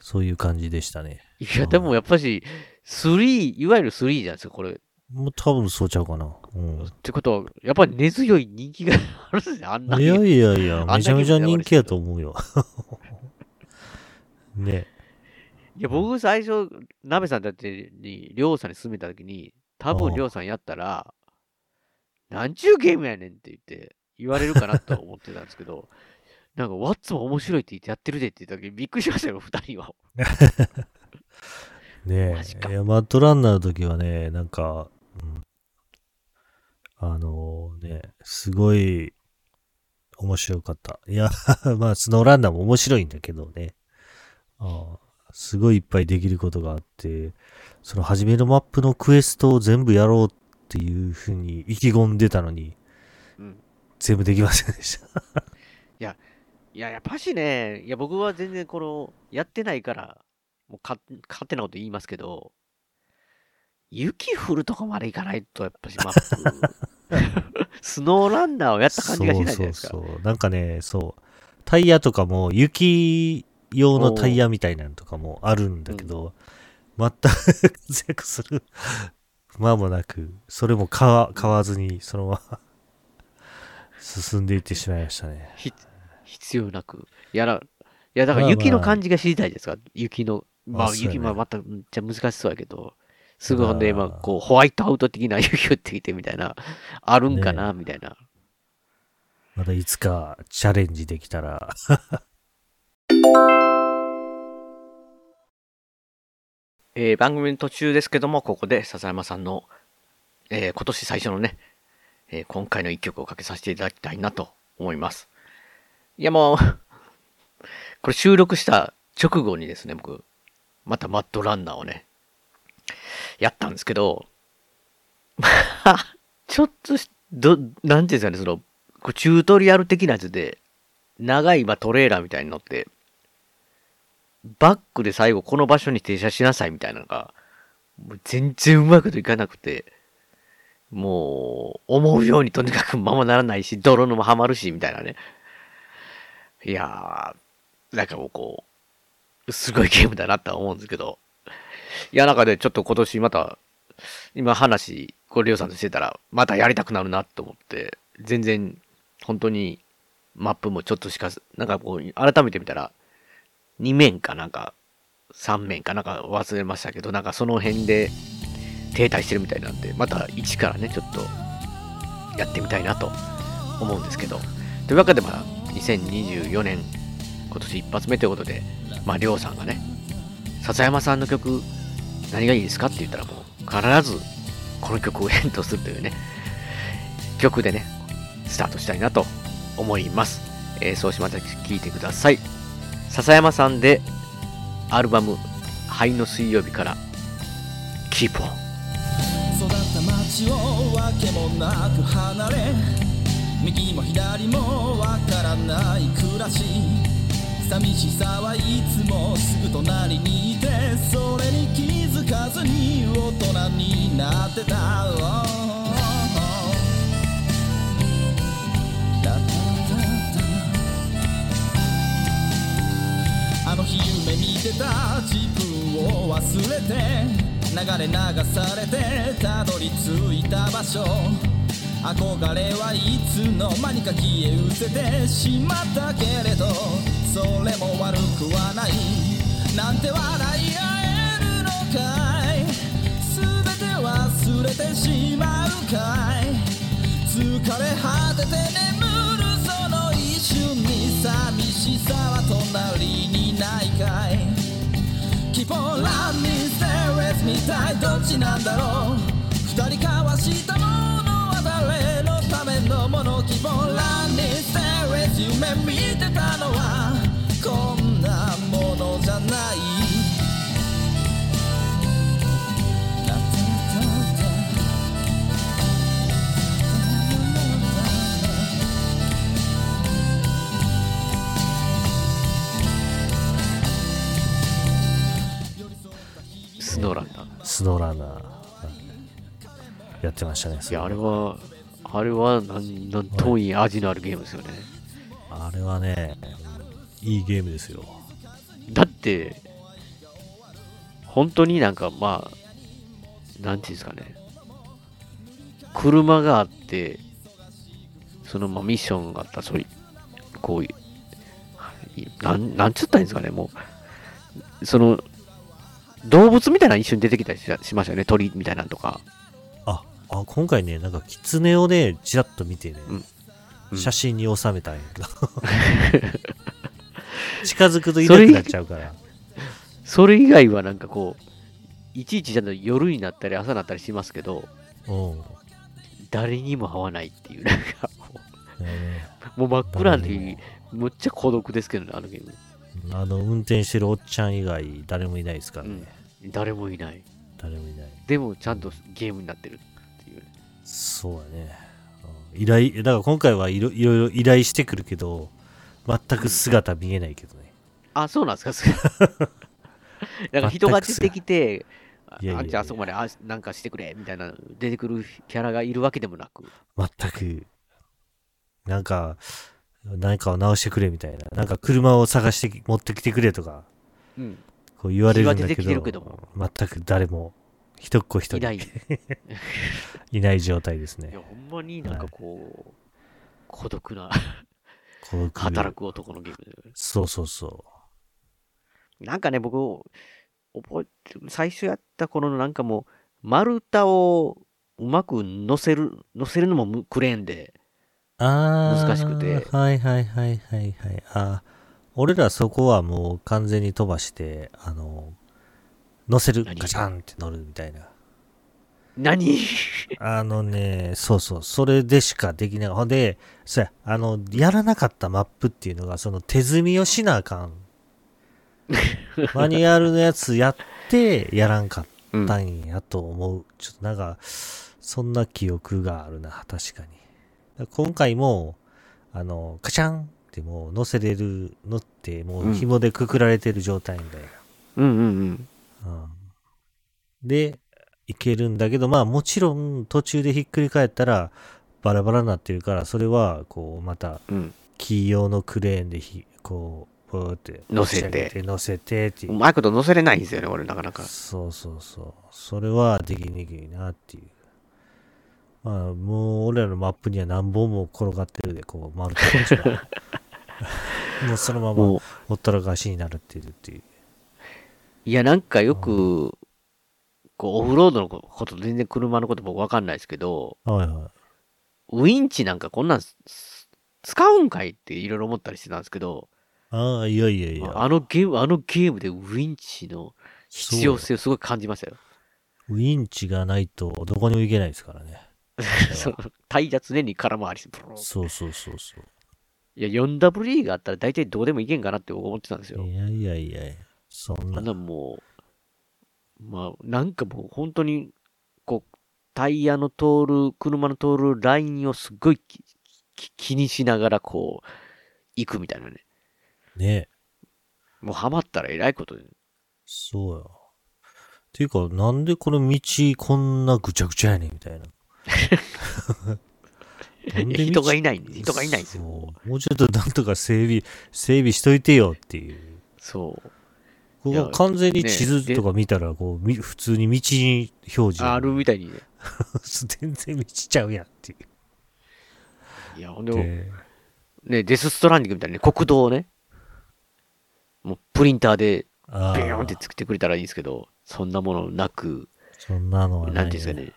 C: そういう感じでしたね。
B: いや、でもやっぱし、3、いわゆる3じゃないですか、これ。っ
C: もう多分そうちゃうかな。うん。
B: てことは、やっぱり根強い人気があるんですね、あんないに。
C: やいやいや、
B: あん
C: めち
B: だ
C: ゃ
B: け
C: めちゃ人気やと思うよ。 ね。
B: いや、僕最初、鍋さんたちに、りょうさんに勧めたときに、多
C: う
B: 分
C: ん
B: りょうさんやったら、なんちゅうゲームやねんって言って、言われるかなとは思ってたんですけど、 なんか、ワッツも面白いって言ってやってるでって言った時びっくりしましたよ、二人は。
C: ね
B: マジか
C: え、いやマッドランナーの時はね、なんか、うんあのね、すごい面白かった。いや、 まあ、スノーランナーも面白いんだけどね。ああすごいいっぱいできることがあって、その初めのマップのクエストを全部やろうっていうふうに意気込んでたのに、
B: うん
C: 全部できませんでした。
B: いや、やっぱしね、いや、僕は全然この、やってないから、もうか、勝手なこと言いますけど、雪降るとこまで行かないと、やっぱしマップ、スノーランナーをやった感じがしないじゃないですか。
C: そうそうそう。なんかね、そう。タイヤとかも、雪用のタイヤみたいなのとかもあるんだけど、全く活躍する 間もなく、それも買わ買わずに、そのま ま進んでいってしまいましたね。
B: ひ必要なく。いやら、いやだから
C: まあまあ
B: 雪の感じが知りたいですか、雪の。ま
C: あ
B: あ
C: そうやね
B: 雪もまためっちゃ難しそうやけど、すぐほんで
C: まあ
B: 今こうホワイトアウト的な雪降ってきてみたいな、あるんかなみたいな。
C: またいつかチャレンジできたら。
B: えー番組の途中ですけども、ここで笹山さんの、えー今年最初のね、えー今回の一曲をかけさせていただきたいなと思います。いやもう、 これ収録した直後にですね、僕、またマッドランナーをね、やったんですけど、 まあ、ちょっとし、ど、なんていうんですかね、その、こうチュートリアル的なやつで、長いまあトレーラーみたいに乗って、バックで最後この場所に停車しなさいみたいなのが、もう全然うまいこといかなくて、もう、思うようにとにかくままならないし、泥沼はまるし、みたいなね。いやー、なんかもうこう、すごいゲームだなとは思うんですけど。いや、なんかね、ちょっと今年また、今話、これりょうさんとしてたら、またやりたくなるなと思って、全然、本当に、マップもちょっとしか、なんかこう、改めて見たら、2面かなんか3面かなんか忘れましたけどなんかその辺で停滞してるみたいなんでまた一からねちょっとやってみたいなと思うんですけどというわけでまあ2024年今年一発目ということでまありょうさんがね笹山さんの曲何がいいですかって言ったらもう必ずこの曲を返答するというね曲でねスタートしたいなと思います、えーそうしまた聞いてください笹山さんでアルバム「灰の水曜日」から「キープオン
A: 育った街をわけもなく離れ右も左もわからない暮らし寂しさはいつもすぐ隣にいてそれに気づかずに大人になってたラタタタあの日夢見てた自分を忘れて流れ流されてたどり着いた場所憧れはいつの間にか消え失せてしまったけれどそれも悪くはないなんて笑い合えるのかい全て忘れてしまうかい疲れ果てて眠るその一瞬に寂しさは隣にないかい Keep on loving me, stay with me 一体どっちなんだろう二人交わしたものは誰のためのもの Keep on loving me, stay with you 夢見てたのはこんなものじゃないラタタタ
B: スノーランナー」
C: スノーランナーはいやってましたね
B: いやあれはあれはなんなんともいい味のあるゲームですよね
C: あれはねいいゲームですよ
B: だって本当になんかまあなんていうんですかね車があってそのまあミッションがあったそういうこういういなんなんつったらいいんですかねもうその動物みたいなの一緒に出てきたりししましたよね鳥みたいなのとか
C: ああ今回ねなんかキツネをねちらっと見てね、
B: うんうん
C: 写真に収めたんやけど 近づくといなくなっちゃうから
B: それ以外はなんかこういちいちじゃない夜になったり朝になったりしますけど
C: うん
B: 誰にも会わないっていうなんかもう
C: ね
B: もう真っ暗で、むっちゃ孤独ですけどね、あのゲーム。
C: あの運転してるおっちゃん以外誰もいないですからね、
B: 誰もいない。
C: 誰もいない
B: でも、ちゃんとゲームになってるっていう。
C: そうだねうん依頼だから今回はいろいろいろ依頼してくるけど全く姿見えないけどね
B: あ、そうなんですか、それ なんか人が出てきて、あ
C: いやい
B: あ
C: やいや
B: んちゃんあそこまであなんかしてくれみたいな、出てくるキャラがいるわけでもなく。
C: 全くなんか何かを直してくれみたいななんか車を探してき持ってきてくれとか
B: うん。
C: こう言われるん
B: 日は
C: だ
B: 出て
C: け
B: き
C: ど
B: てるけども
C: 全く誰も一っ子一人
B: いない。い
C: いない状態ですね
B: や、ほんまになんかこう、孤独な
C: 孤独
B: 働く男のゲームで。
C: そうそうそ
B: なんかね、僕、覚えて、最初やった頃のなんかもう、丸太をうまく乗せる、乗せるのもむクレーンで、
C: うあー
B: 難しくて
C: はいはいはいはいはいあー俺らそこはもう完全に飛ばしてあの乗せる
B: 何
C: ガチャンって乗るみたいな
B: 何
C: あのね、そうそう、それでしかできない。ほんで、そうや、あの、やらなかったマップっていうのが、その手積みをしなあか ん。マニュアルのやつやって、やらんか ったんやと思う。ちょっとなんか、そんな記憶があるな、確かに。だから今回も、あの、カチャンってもう乗せれるのって、もう紐でくくられてる状態みたいな。
B: うんうんうん。
C: うんで、いけるんだけど、まあもちろん途中でひっくり返ったらバラバラになってるから、それはこうまた
B: うん
C: 木用のクレーンでひ、こう、ぽーって
B: 乗せて
C: 押し上げ乗せてっていうう。
B: まいこと乗せれないんですよね、俺、なかなか。
C: そうそうそう。それはできにくいなっていう。まあもう俺らのマップには何本も転がってるで、こう丸太た もうそのまま
B: も
C: ほ
B: う、
C: ったらかしになるっていうっていう。
B: いや、なんかよく、こう、オフロードのこと、全然車のこと僕わかんないですけど、
C: はいは
B: ウインチなんかこんなんす、す使うんかいっていろいろ思ったりしてたんですけど、
C: い。ああ、いやいやいや。
B: あのゲーム、あのゲームでウインチの必要性をすごい感じましたよ。
C: ウインチがないとどこにも行けないですか らね。
B: そうタイヤ常に空回りして、ブローン
C: そうそうそうそ
B: いや、4WE があったら大体どうでもいけんかなって僕思ってたんです
C: う。
B: よ。
C: いやいやいやいや。そん
B: あ。
C: なん
B: なもう、まあ、なんかもう本当に、こう、タイヤの通る、車の通るラインをすごいきき気にしながらこう、行くみたいなね。
C: ね
B: もうハマったらえらいことで。
C: そうや。ていうか、なんでこの道こんなぐちゃぐちゃやねん みたいな。なんで道
B: 人がいない、人がいないんですよ。
C: そうもうちょっとなんとか整備、整備しといてよっていう。
B: そう。
C: こ
B: いや
C: こ完全に
B: ね
C: 地図とか見たら、こう、み普通に道に表示。
B: あるみたいにね。
C: 全然道ちゃうやんっていう。
B: いや、ほんで、
C: で
B: ね、デスストランディングみたいなね、国道をね、もうプリンターで
C: あ
B: ビ
C: ー
B: ヨーンって作ってくれたらいいんですけど、そんなものなく、
C: そんなのは
B: なん
C: い
B: ていうんですかね、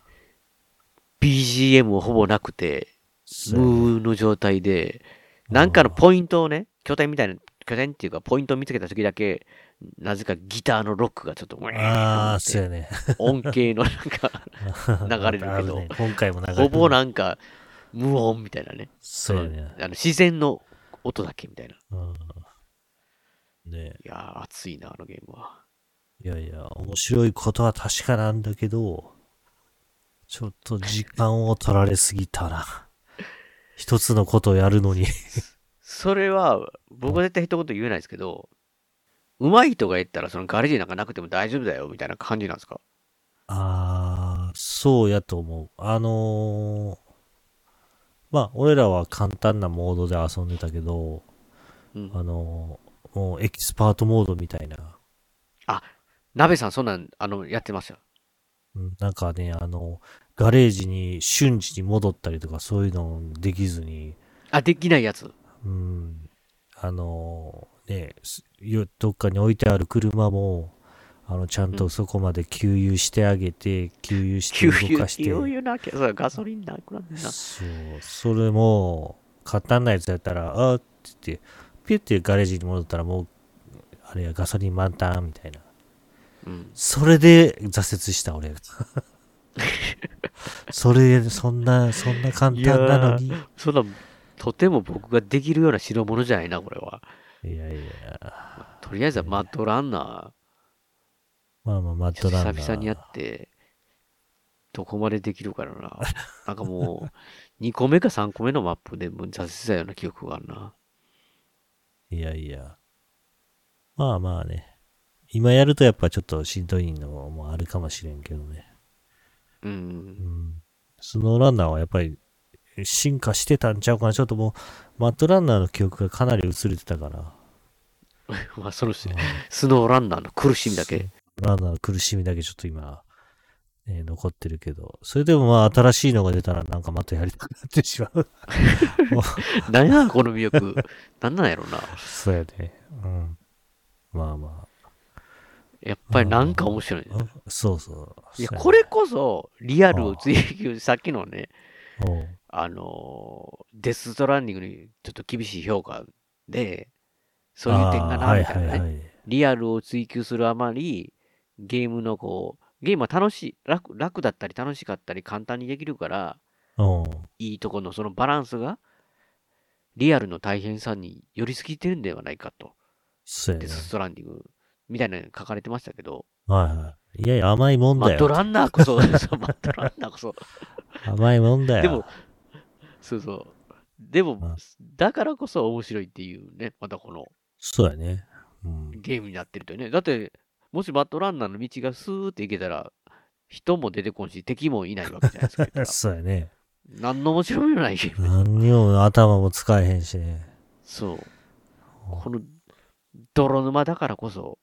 B: BGM もほぼなくて、
C: そう
B: ムーの状態で、なんかのポイントをね、拠点みたいな、拠点っていうか、ポイントを見つけた時だけ、なぜかギターのロックがちょっと、ウェーンって
C: ああ、そうやね。
B: 音系のなんか、流れるけど
C: あ るね今回も流れ
B: ほ
C: る。
B: ぼなんか、無音みたいなね。
C: そうやね。
B: あの自然の音だけみたいな。い
C: うんね
B: やー、熱いな、あのゲームは。
C: いやいや、面白いことは確かなんだけど、ちょっと時間を取られすぎたな。 一つのことをやるのに。
B: それは、僕は絶対一言言えないですけど、上手い人が言ったら、そのガレージなんかなくても大丈夫だよ、みたいな感じなんですか
C: ああ、そうやと思う。あのーまあ、俺らは簡単なモードで遊んでたけど、
B: うん
C: あのーもうエキスパートモードみたいな、
B: 鍋さん、そんなん、あの、やってました。
C: うんなんかね、あの、ガレージに瞬時に戻ったりとかそういうのできずに、
B: あ、できないやつ。
C: うん、あのーね、すよどっかに置いてある車も、あの、ちゃんとそこまで給油してあげて、給油して
B: 給
C: 動
B: 油
C: かして。
B: 給油なきゃ、そうガソリンなくなるな。
C: そう、それも、簡単なやつやったら、あーって言って、ピュってガレージに戻ったらもう、あれやガソリン満タンみたいな。
B: うん。
C: それで挫折した 俺。それ、そんな、そんな簡単なのに。いや
B: そんな、とても僕ができるような代物じゃないな、これは。
C: いや
B: とりあえずはマッドランナ
C: まあまあ、マ
B: ー、
C: ッ
B: ちょ
C: ド
B: っと
C: ランナー。
B: 久々にやって、どこまでできるかな。 なんかもう、2個目か3個目のマップでもう挫折したような記憶があるな。
C: いやいや。まあまあね。今やるとやっぱちょっとしんどいのもあるかもしれんけどね。
B: う。
C: うんん。スノーランナーはやっぱり進化してたんちゃうかな。ちょっともう、マッドランナーの記憶がかなり薄れてたから。
B: まあ、その、スノーランナーの 苦しみだけ。
C: ランナーの苦しみだけちょっと今、えー残ってるけど。それでもまあ新しいのが出たらなんかまたやりたくなってしまう。
B: 何や、この魅 力。何なんやろな。
C: そうやね。うん。まあま
B: やっぱりなんか面白いね
C: あ。。うんそうそう。
B: いや、
C: そうね
B: これこそ、リアルを追求、さっきのね、
C: おう
B: あのーデス・ストランディングにちょっと厳しい評価で、そういう点が
C: あ
B: な、
C: ー
B: みたいなね、
C: はいはいはい。
B: リアルを追求するあまり、ゲームのこう、ゲームは楽しい、楽楽だったり楽しかったり簡単にできるから、
C: おう
B: いいとこのそのバランスが、リアルの大変さに寄りすぎてるんではないかと、
C: そうや
B: デ
C: ね。
B: ス・ストランディングみたいなのが書かれてましたけど、
C: はいはい。いやいや、甘いもん
B: マ
C: だ
B: ッド
C: よ。
B: ランナーこそ、そうマッドランナーこそ、
C: 甘いもんだよ。
B: でも、そうそう。でも、
C: うん
B: だからこそ面白いっていうね、またこの
C: そうやね。うん。
B: ゲームになってるというね。だって、もしバットランナーの道がスーって行けたら、人も出てこんし、敵もいないわけじゃないですか 言った
C: そうやね。
B: ら。何の面白みもないゲーム。
C: 何にも頭も使えへんしね。
B: そう。この泥沼だからこそ、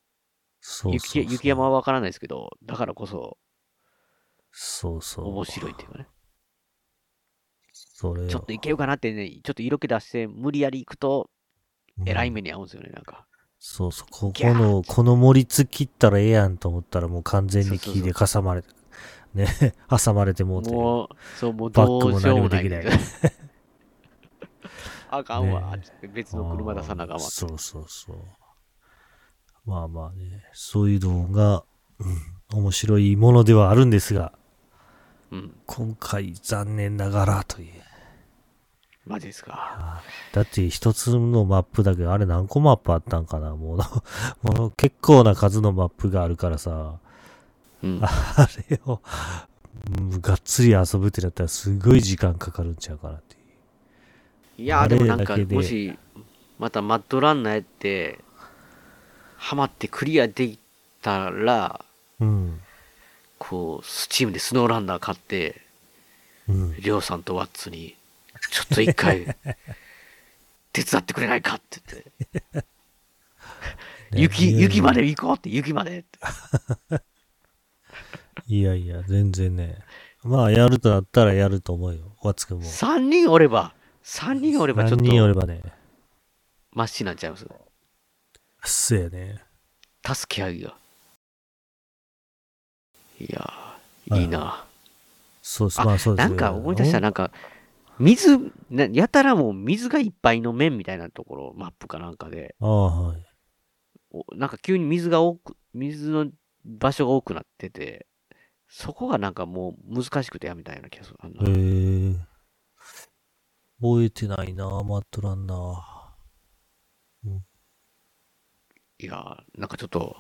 C: そうそうそう
B: 雪雪山はわからないですけど、だからこそ
C: そうそう。
B: 面白いっていうかね。
C: それを
B: ちょっといけるかなってね、ちょっと色気出して、無理やり行くと、えらい
C: うん
B: 目に遭うんですよね、なんか。
C: そうそう、こ
B: ギャ
C: こ
B: ー
C: の、この森突きったらええやんと思ったらもう完全に
B: そうそ
C: 木
B: う
C: で挟まれて、ね、 挟まれてもうて。
B: もう、そう、もう
C: バ
B: ど
C: ック
B: う
C: も
B: しようも
C: 何も
B: な
C: で
B: い
C: き
B: み
C: な
B: た
C: い
B: いな。あかんわ、
C: ね
B: つって別の車出さなあかんわ。
C: そうそうそう。まあまあね、そういうのが、うん、面白いものではあるんですが、
B: うん。
C: 今回残念ながらという。
B: マジですか。
C: だって一つのマップだけど、あれ何個マップあったんかなもう、 もう結構な数のマップがあるからさ、
B: うん。
C: あれを、うんがっつり遊ぶってなったらすごい時間かかるんちゃうかなっていう。
B: いやー、でもなん
C: あ
B: か、
C: れだけで
B: もし、またマッドランナーやって、ハマってクリアできたら、
C: うん。
B: こう、スチームでスノーランナー買って、
C: うん。
B: りょうさんとワッツに、ちょっと一 回、手伝ってくれないかって言って、雪、雪まで行こうって、雪までって。
C: いやいや、全然ね。まあ、やるとなったらやると思うよ。わつくんも。
B: 3人おれば、3人おればちょっ
C: 何人おれ
B: と、
C: ばね。
B: マッシーなんちゃいます
C: そうやね。
B: 助け合いが。いや
C: は
B: ー、
C: い
B: いいな。
C: そうす、
B: あ
C: まあそうです
B: な
C: よ
B: んか思い出した、なんか、水、なやたらもう水がいっぱいの面みたいなところ、マップかなんかで、
C: ああ、はい。
B: おなんか急に水が多く、水の場所が多くなってて、そこがなんかもう難しくてやめたような気がする。あの
C: へえ。覚えてないな、マットランナー。
B: いやー、なんかちょっと、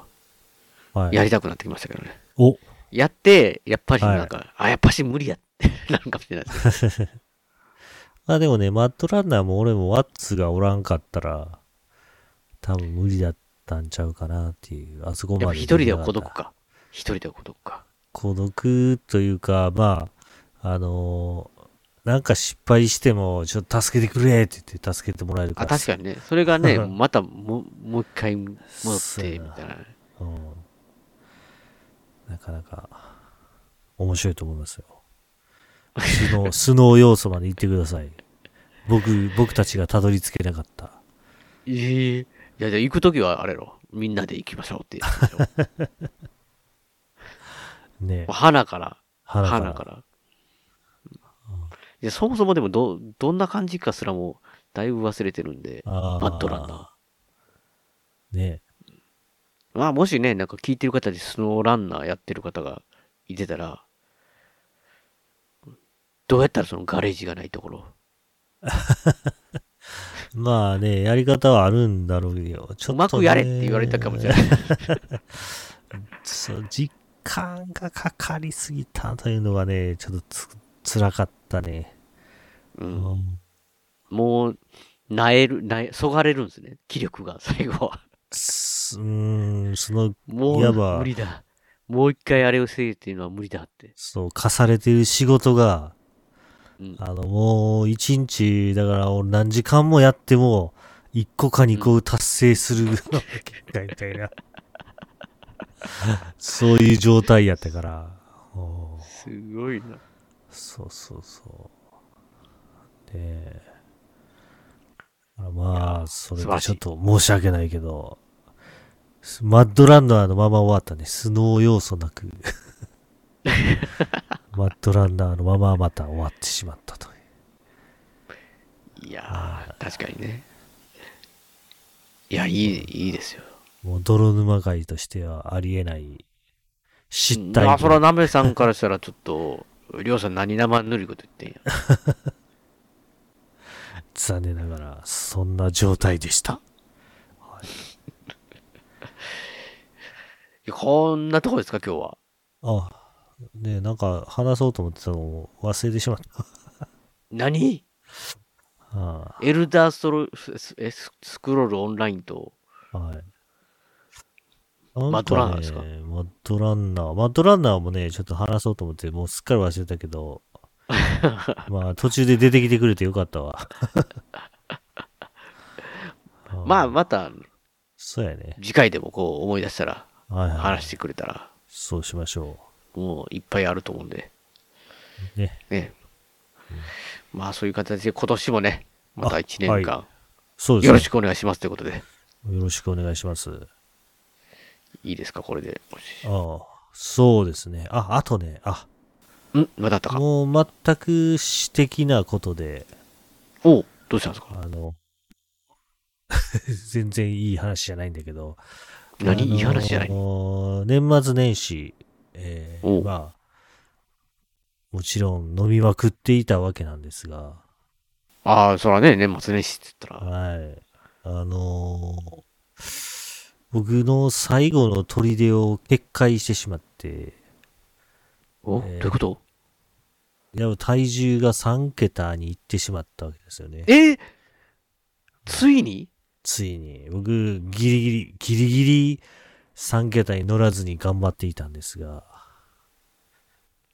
C: はい。
B: やりたくなってきましたけどね。
C: お、
B: やって、やっぱりなんか、あ、やっぱし無理やって、 なるかもしれないですけど。
C: まあでもね、マットランナーも俺もワッツがおらんかったら、多分無理だったんちゃうかなっていう、あそこ
B: やっ
C: ま
B: ぱ
C: で。
B: 一人では孤独。か。一人では孤独か。
C: 孤独というか、まあ、あのーなんか失敗しても、ちょっと助けてくれって言って助けてもらえるか
B: あ、
C: ら。
B: 確かにね。それがね、
C: うん
B: またもう、もう一回戻っ
C: そう
B: て、
C: やな
B: みたいな。
C: うん。なかなか、面白いと思いますよ。スノー、スノー要 素まで行ってください。僕、僕たちがたどり着けなかった。
B: ええいや、じゃあ行くときはあれやろ。みんなで行きましょう って言ってたよも
C: ね
B: う。花から、
C: 花
B: 花から。いや、そもそもでもど、どんな感じかすらもう、だいぶ忘れてるんで、
C: あー
B: マッドランナ
C: ね。
B: ー。まあ、もしね、なんか聞いてる方でスノーランナーやってる方がいてたら、どうやったらそのガレージがないところ。
C: まあね、やり方はあるんだろうけど、ちょっと、
B: うまくやれって言われたかもしれない。。
C: そう、実感がかかりすぎたというのがね、ちょっとつ、辛かったね。
B: う、
C: うんん。
B: もう、なえる、なえ、そがれるんですね。気力が、 最後は。
C: すうーん、その、
B: も
C: いわば
B: う無理だ。もう一回あれをせえっていうのは無理だって。
C: そう、課されてる仕事が、
B: うん、
C: あの、もう、一日、だから、俺何時間もやっても、一個か二個達成するのが結果みたい な。そういう状態やったから。おー
B: すごいな。
C: そうそうそう。で、あらまあ、それ
B: 素晴ら
C: で
B: しい
C: ちょっと申し訳ないけど、すマッドランナーのまま終わったね。スノー要素な く、マッドランナーのまままた終わってしまったという。
B: いやー、確かにね。いや、いい、いいですよ。
C: もう泥沼界としてはありえない失態
B: まあ、そら、なめさんからしたらちょっと、りょうさん何生ぬるいこと言ってんや。
C: 残念ながら、そんな状態でした。
B: いやこんなとこですか、今日は。
C: あ、ねえなんか話そうと思ってたのを忘れてしまった。
B: 何
C: あ
B: エルダーストロスえススクロールオンラインと、
C: あはい。
B: マッドランナーですか
C: なんねマッドランナー。マッドランナーもね、ちょっと話そうと思って、もうすっかり忘れた けど、まあ途中で出てきてくれてよかったわ。
B: まあ、
C: あ。
B: また
C: そうやね。
B: 次回でもこう思い出したら、
C: はいはい。
B: 話してくれたら、
C: そうしましょ
B: もういっぱいあると思うんで。
C: う。ね。
B: ね。まあそういう形で今年もね、また
C: あ
B: 1年間、
C: そうです、ね。
B: よろしくお願いしますということで、
C: よろしくお願いします。
B: いいですか、これで。もし
C: ああ、そうですね。あ、あとね、あ、
B: んまだあったか。
C: もう全く私的なことで、
B: おうどうしたんですか
C: あの、 全然いい話じゃないんだけど。
B: 何
C: あの
B: いい話じゃない
C: 年末年始、えー
B: おう
C: まあ、もちろん飲みまくっていたわけなんですが、
B: あああ、そらね、年末年始って言ったら。
C: はい。あのー僕の最後の砦を決壊してしまって、
B: お、どういうこと
C: いや体重が3桁にいってしまったわけですよね。
B: えーついに
C: ついに、僕、ギリギリ、ギリギリ3桁に乗らずに頑張っていたんですが、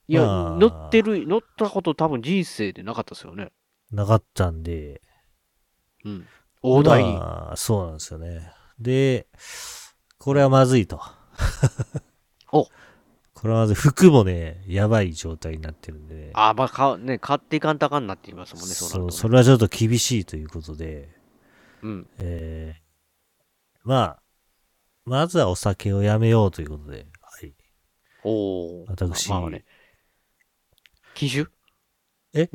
B: いや、
C: まあ
B: 乗ってる、乗ったこと多分人生でなかったですよね。
C: なかったんで、
B: うん。大台に。
C: まあそうなんですよね。で、これはまずいと。
B: お
C: これはまずい、服もね、やばい状態になってるんでね。
B: ああ、まあ、か、ね、買っていかんとあかんなって言いますもんね、そうなる
C: そ
B: と
C: う、
B: ね
C: それはちょっと厳しいということで、
B: うん。
C: えー、まあ、まずはお酒をやめようということで、はい。
B: おお。
C: 私
B: まあね。禁酒
C: え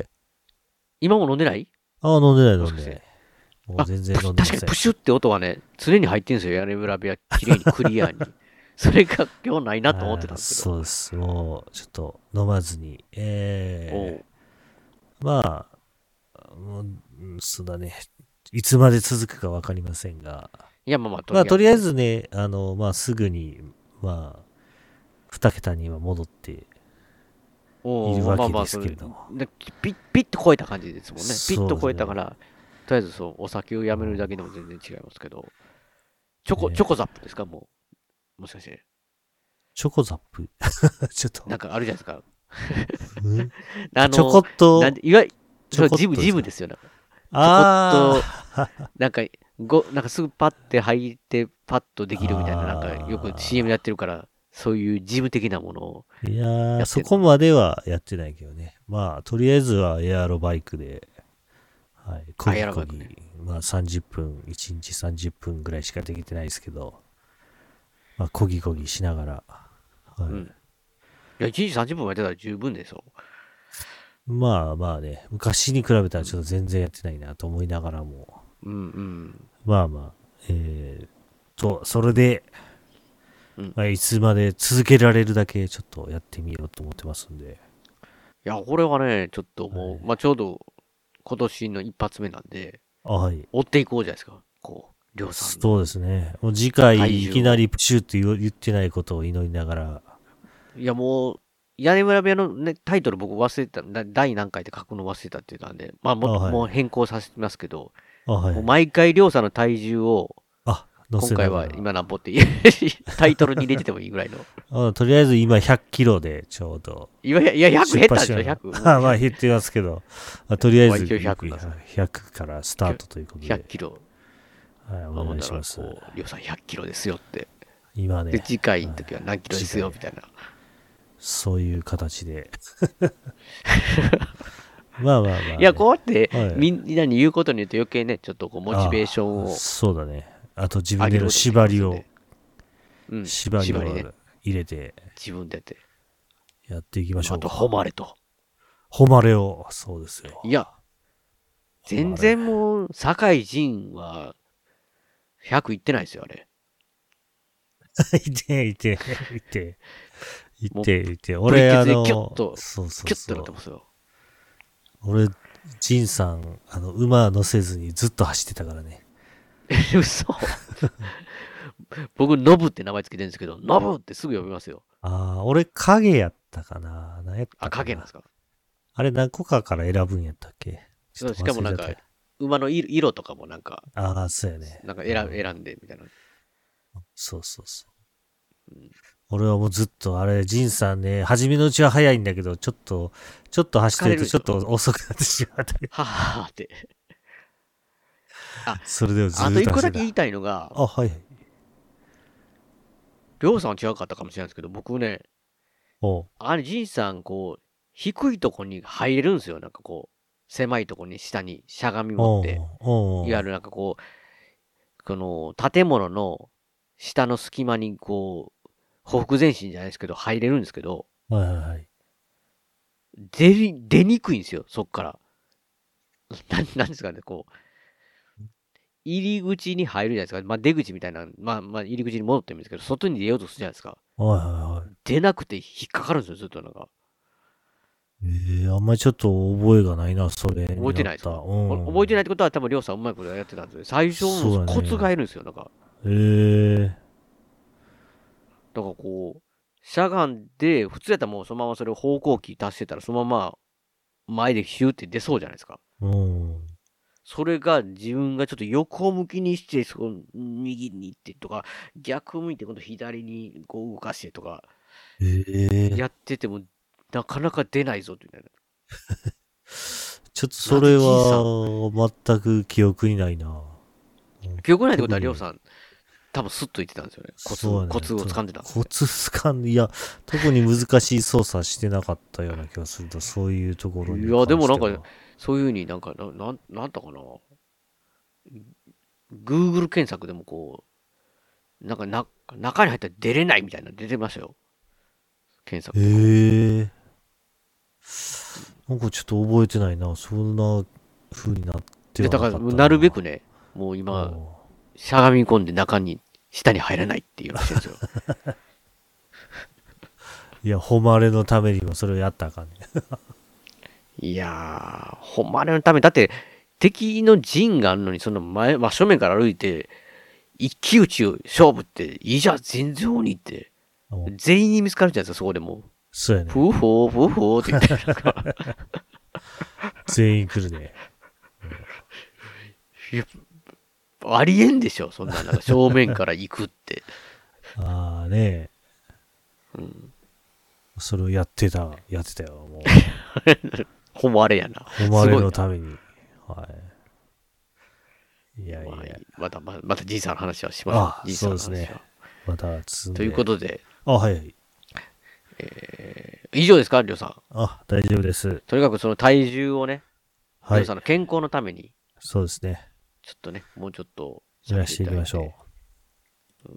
B: 今も飲んでない
C: ああ、飲んでない飲ん
B: もしか
C: でな
B: し
C: い。もう全然
B: プシ
C: 飲
B: ュ
C: んでま
B: 確
C: せ
B: か
C: ん
B: にプ。シュって音はね、常に入ってんですよ、屋根裏部屋、綺 麗にクリアに。それが今日ないなと思ってたんですけ
C: は
B: ど。
C: いそうです。もう、ちょっと飲まずに。
B: お
C: え
B: う
C: ー、まあ、もううん、そうだね。いつまで続くかわかりませんが。
B: いや、まあまあ、
C: まあ、とり
B: え
C: あえずね、あの、まあ、すぐに、まあ、二桁には戻って、
B: ず、おう
C: いるわけ
B: まあまあ
C: ですけれども
B: それでピッ、ピッと超えた感じですもんね。
C: そ
B: ピ
C: うですね
B: ッと超えたから、とりあえずそう、お酒をやめるだけでも全然違いますけど。チョコ、
C: ね
B: チョコザップですかもう。もしかして。
C: チョコザップ。 ちょっと、
B: なんかあるじゃないですか。
C: うん
B: あの、
C: ちょこっと
B: なん、ていわゆる、
C: ちょこっと
B: ジム、ジムですよ。なんか
C: あ
B: なんか、ご、なんかすぐパッて入って、パッとできるみたいな、なん
C: あー
B: かよく CM やってるから、そういう事務的なものを。
C: ーいや
B: や
C: ー、
B: って
C: そ
B: る
C: こまではやってないけどね。まあ、とりあえずはエアロバイクで、はい、こ
B: エ
C: ぎ
B: アロバ
C: こ
B: イク
C: ぎ
B: ね、
C: まあ30分、1日30分ぐらいしかできてないですけど、まあ、こぎこぎしながら、はい
B: うんいや、1日30分もやってたら十分でしょ。
C: まあまあね、昔に比べたらちょっと全然やってないなと思いながらも、
B: うんうん。
C: まあまあ、えー、と、それで、
B: うん
C: まあ、いつまで続けられるだけちょっとやってみようと思ってますんで、
B: いや、これはね、ちょっともう、
C: はい
B: まあちょうど今年の一発目なんで、
C: あはい。
B: 追っていこうじゃないですか。こう、りょうさんの。
C: そうですね。もう次
B: 体
C: 回
B: 重を
C: いきなりプシューって言う言ってないことを祈りながら、
B: いや、もう、屋根裏部屋の、ね、タイトル僕忘れてた、だ第何回って書くの忘れたって言ったんで、まあも,、
C: あはい
B: もう変更させてますけど、
C: あ、はい
B: もう。毎回りょうさんの体重を、
C: あ、乗
B: 今
C: せな
B: 回
C: が
B: は
C: ら
B: 今なんぼってタイトルに入れててもいいぐらいの。
C: あとりあえず今100キロでちょうど。
B: いやいや、100減ったんでしょ、
C: 出発しながら あまあ
B: 100。
C: 減ってますけど、あとりあえず
B: まあ一応100だから
C: 100からスタートということで、
B: 100キロ。
C: はい、お願いします
B: まあ。ほんならこうりょうさん100キロですよって。
C: 今
B: で、
C: ね、
B: 次回の時は何キロですよ、みたいな。
C: そういう 形で。まあまあまあね、
B: いや、こうやって
C: はい
B: みんなに言うことによって余計ね、ちょっとこう、モチベーション
C: あ
B: を
C: そうだね。あと自
B: 上
C: 分
B: げ
C: で
B: る
C: の
B: こと
C: 縛り
B: で
C: を
B: き、ますんで。うん、
C: 縛り
B: 縛り
C: を
B: ね。
C: 入れて
B: 自分でやって。
C: やっていきましょ
B: あ
C: う
B: と、
C: か。
B: 誉れと。
C: 誉れを、そうです よ。
B: いや、全然もう、酒井仁は、100いってないですよ、あれ。
C: いて、いて、いて、い
B: もう
C: て、いて。
B: ブ
C: 俺、
B: リケ
C: あ
B: ツで
C: の、
B: キュッと
C: そうそ
B: キ
C: う
B: ュッとなっ
C: そ
B: て
C: う。
B: ますよ。
C: 俺、ジンさん、あの、馬乗せずにずっと走ってたからね。
B: え 嘘僕、ノブって名前つけてるんですけど、ノブってすぐ呼びますよ。
C: ああ、俺、影やったかな。何やったかな
B: あ、影なんですか。
C: あれ、何個かから選ぶんやったっけちょっと
B: しかもなん
C: 忘
B: か
C: れちゃっ、
B: 馬の色色とかもなんか、
C: たああ、そうやね。
B: なんか選選んでみたいな。
C: そうそうそう。俺はもうずっと、あれ、ジンさんね、初めのうちは早いんだけど、ちょっと、ちょっと走ってるとちょっと遅くなってしまったり。
B: はぁはぁって。
C: それでもずっと
B: あと
C: 走って
B: 一
C: た。
B: 個だけ言いたいのが、
C: あ、はい。
B: りょうさんは違かったかもしれないですけど、僕ね、
C: おう
B: あれ、じいさん、こう、低いとこに入れるんですよ。なんかこう、狭いとこに下にしゃがみ持
C: お
B: っ
C: う
B: て、
C: おう
B: いわゆるなんかこう、この建物の下の隙間にこう、ほふ前進じゃないですけど、入れるんですけど、
C: はいはいはい。
B: 出り、出にくいんですよ、そっから。 なん、なんですかね、こう。入り口に入るじゃないですか。まあ、出口みたいな、まあ、まあ、入り口に戻ってるんですけど、外に出ようとするじゃないですか。
C: はいはいはい。
B: 出なくて引っかかるんですよ、ずっとなんか。
C: えー、あんまりちょっと覚えがないな、それ。
B: 覚えてないです
C: う
B: か
C: ん。
B: 覚えて
C: ない。
B: ないってことは、多分りょうさんうまいことやってたんですよ。最初
C: そうだ、ね
B: コツがいるんですよ。なんか、
C: えー、
B: だからこう、しゃがんで、普通やったらもうそのままそれを方向キー足してたら、そのまま前でヒューって出そうじゃないですか。
C: うん。
B: それが自分がちょっと横向きにして、そこ右に行ってとか、逆向いて今度左にこう動かしてとか、
C: えー、
B: やっててもなかなか出ないぞっていうね。
C: ちょっとそれは、全く記憶にないな。
B: 記憶ないってことは、
C: 特に
B: りょうさん、多分スッと言ってたんですよね。コツ、
C: そうだね
B: コツを掴んでたんです
C: コ
B: ね、
C: ツ掴んで、いや、特に難しい操作してなかったような気がすると、そういうところに
B: いやでもなんか
C: 関しては
B: そういうふうになんか、ななんなんだかな。Google 検索でもこう、なんかな中に入ったら出れないみたいなの出てましたよ。検索。
C: へえ。なんかちょっと覚えてないな。そんな風になって
B: で、だ
C: はなか
B: か
C: った
B: ら、
C: な。
B: なるべくね、もう
C: うん、
B: 今、しゃがみ込んで中に、下に入らないっていう話 ですよ。
C: いや、誉れのためにもそれをやったらあかんね。
B: いやー、ほんまれのため、だって、敵の陣があるのに、その前、真正面から歩いて、一騎打ち勝負って、いいじゃん、全然鬼って。
C: うん
B: 全員に見つかるじゃないですか、そこでも
C: そうや
B: う。
C: ね。
B: ふうほう、ふうほうって言って、 なんか、
C: 全員来る ね。
B: いやありえんでしょ、そんな、なんか正面から行くって。
C: ああね、
B: うん、
C: それをやってた、やってた よ。もう
B: ほんまあれやな。
C: 誉れの
B: すごい
C: ために。はい。いやい
B: なまあ
C: や、
B: また、ままた、じいさんの話はしましょう。
C: あ
B: じいさんの話は
C: そうですねまた積んで。
B: ということで、
C: あ、はいはい。
B: 以上ですか、りょうさん。
C: あ、大丈夫です。
B: とにかくその体重をね、
C: は
B: りょう
C: い
B: さん。の健康のために、
C: そうですね。
B: ちょっとね、もうちょっと
C: 減らしていきましょう。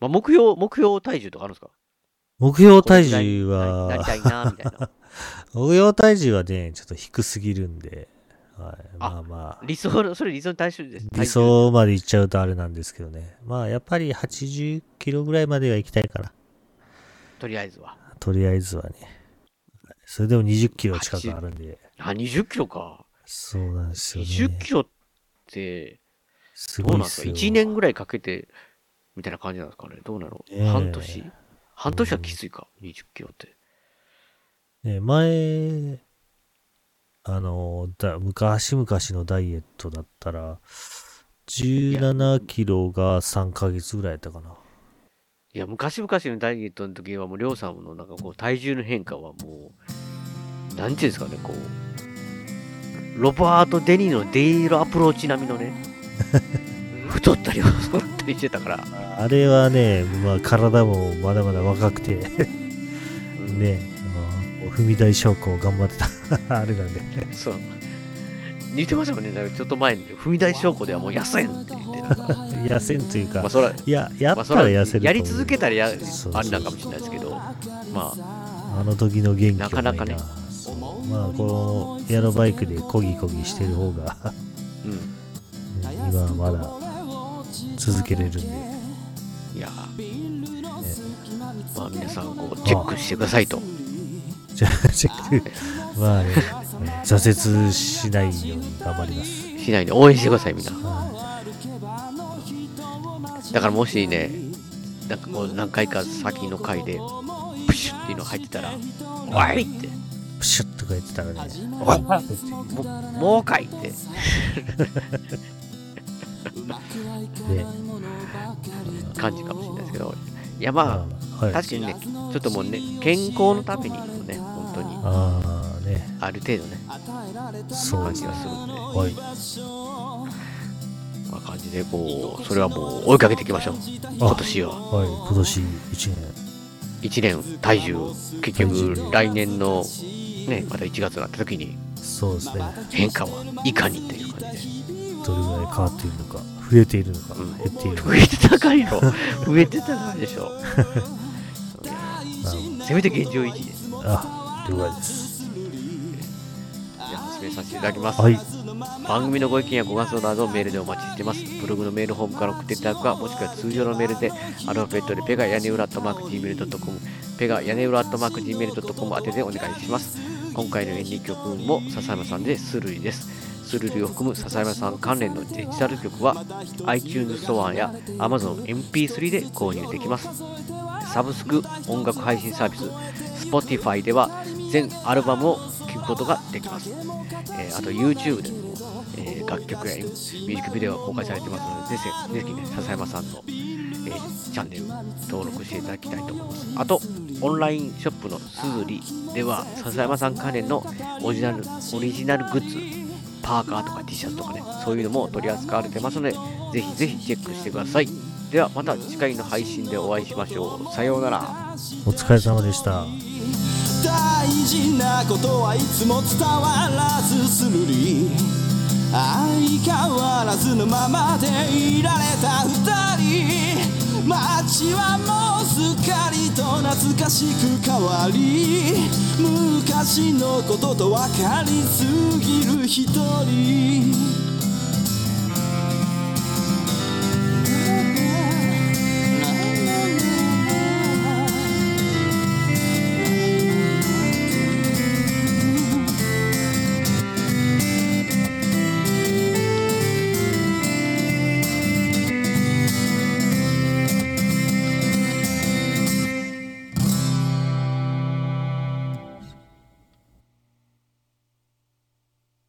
B: まあ、目標、目標体重とかあるんですか
C: 目標体重は
B: な、りたいな、みたいな。
C: 目標体重はね、ちょっと低すぎるんで、はい、
B: あ
C: まあまあ、
B: 理想の、それ理想の体重です。
C: 理想までいっちゃうとあれなんですけどね。まあやっぱり80キロぐらいまでは行きたいから、
B: とりあえずは。
C: とりあえずはね。それでも20キロ近くあるんで、
B: あ、20キロか。
C: そうなんですよね。
B: 20キロって、
C: す
B: ど
C: ご
B: う
C: い
B: なんで
C: で
B: す
C: す
B: か
C: よ。
B: ?1 年ぐらいかけて、みたいな感じなんですかね。どうなの、
C: ええ
B: 半年半年はきついか、20キロって。
C: ね、前、あの、だ昔々のダイエットだったら、17キロが3ヶ月ぐらいやったかな。
B: いや、昔々のダイエットの時は、もう、りょうさんのなんかこう、体重の変化はもう、なんていうんですかね、こう、ロバート・デニーのデイロアプローチ並みの ね、太ったり、細ったりしてたから、
C: あれはね、まあ、体もまだまだ若くて、ね、まあ、踏み台昇降頑張ってた。 あれなんで。
B: そう。似てましたもんね、なんかちょっと前に、踏み台証拠ではもう痩せんって言って、なんか、
C: 痩せんというか、
B: まあ、そら、
C: いや、や
B: まあ、
C: っ
B: そ
C: た
B: ら、
C: ら痩せると思う、
B: やり続けたらや、
C: そう
B: あれなんかもしれないですけど、まあ、
C: あの時の元気は
B: な
C: な
B: か
C: い
B: なかね
C: そうまあ、このエアロバイクでこぎこぎしてる方が、
B: うん。
C: ね今はまだ続けれるんで、ね
B: いや、まあ、皆さん、こう、チェックしてくださいと。
C: じゃあ、チェック、まあね、ね挫折しないように頑張ります。
B: しないで応援してください、みんな。
C: は
B: だからもしね、なんかこう何回か先の回で、プシュッっていうの入ってたら、おいって、
C: いプシュッとか言ってたらね、
B: もうかいって、
C: ね、
B: 感じかもしれないですけど、いや
C: ま
B: ま
C: あ、は
B: あ、
C: い。
B: 確かにね、ちょっともうね、健康のためにもね、本当に、
C: ああね、
B: ある程度ね、
C: そう
B: 感
C: で
B: じ
C: すね
B: が。するんで、ま
C: はい。
B: あ、感じでこう、それはもう追いかけていきましょう。今年は、
C: はい、今年1年。
B: 1年体重を、結局来年の、ね、また1月になった時に、
C: そうですね。
B: 変化はいかにっていう感じ
C: どれぐらい変わっているのか、増えているのか、
B: うん
C: 減ってい
B: で。
C: るの
B: 増
C: か。
B: えてたかいの増えてたかいでしょ。せめて現状維持です。
C: あ、了解です。
B: じゃあ進めさせていただきます、
C: はい。
B: 番組のご意見やご感想などをメールでお待ちしていますブログのメールフォームから送っていただくかもしくは通常のメールでアルファベットでペガ屋根裏アットマーク Gmail.com ペガ屋根裏アットマーク Gmail.com 宛てでお願いします今回の演技曲も笹山さんでスルリですスルリを含む笹山さん関連のデジタル曲は iTunes ストアや AmazonMP3 で購入できますサブスク音楽配信サービス Spotify では全アルバムを聴くことができます、えーあと YouTube でも、えー楽曲やミュージックビデオが公開されてますのでぜひぜひね笹山さんの、えーチャンネル登録していただきたいと思いますあとオンラインショップのすずりでは笹山さん関連のオリジナルオリジナルグッズパーカーとか T シャツとかねそういうのも取り扱われてますのでぜひぜひチェックしてくださいではまた次回の配信でお会いしましょうさようなら
C: お疲れ様でした。
A: 大事なことはいつも伝わらずするり相変わらずのままでいられた二人街はもうすっかりと懐かしく変わり昔のことと分かりすぎる一人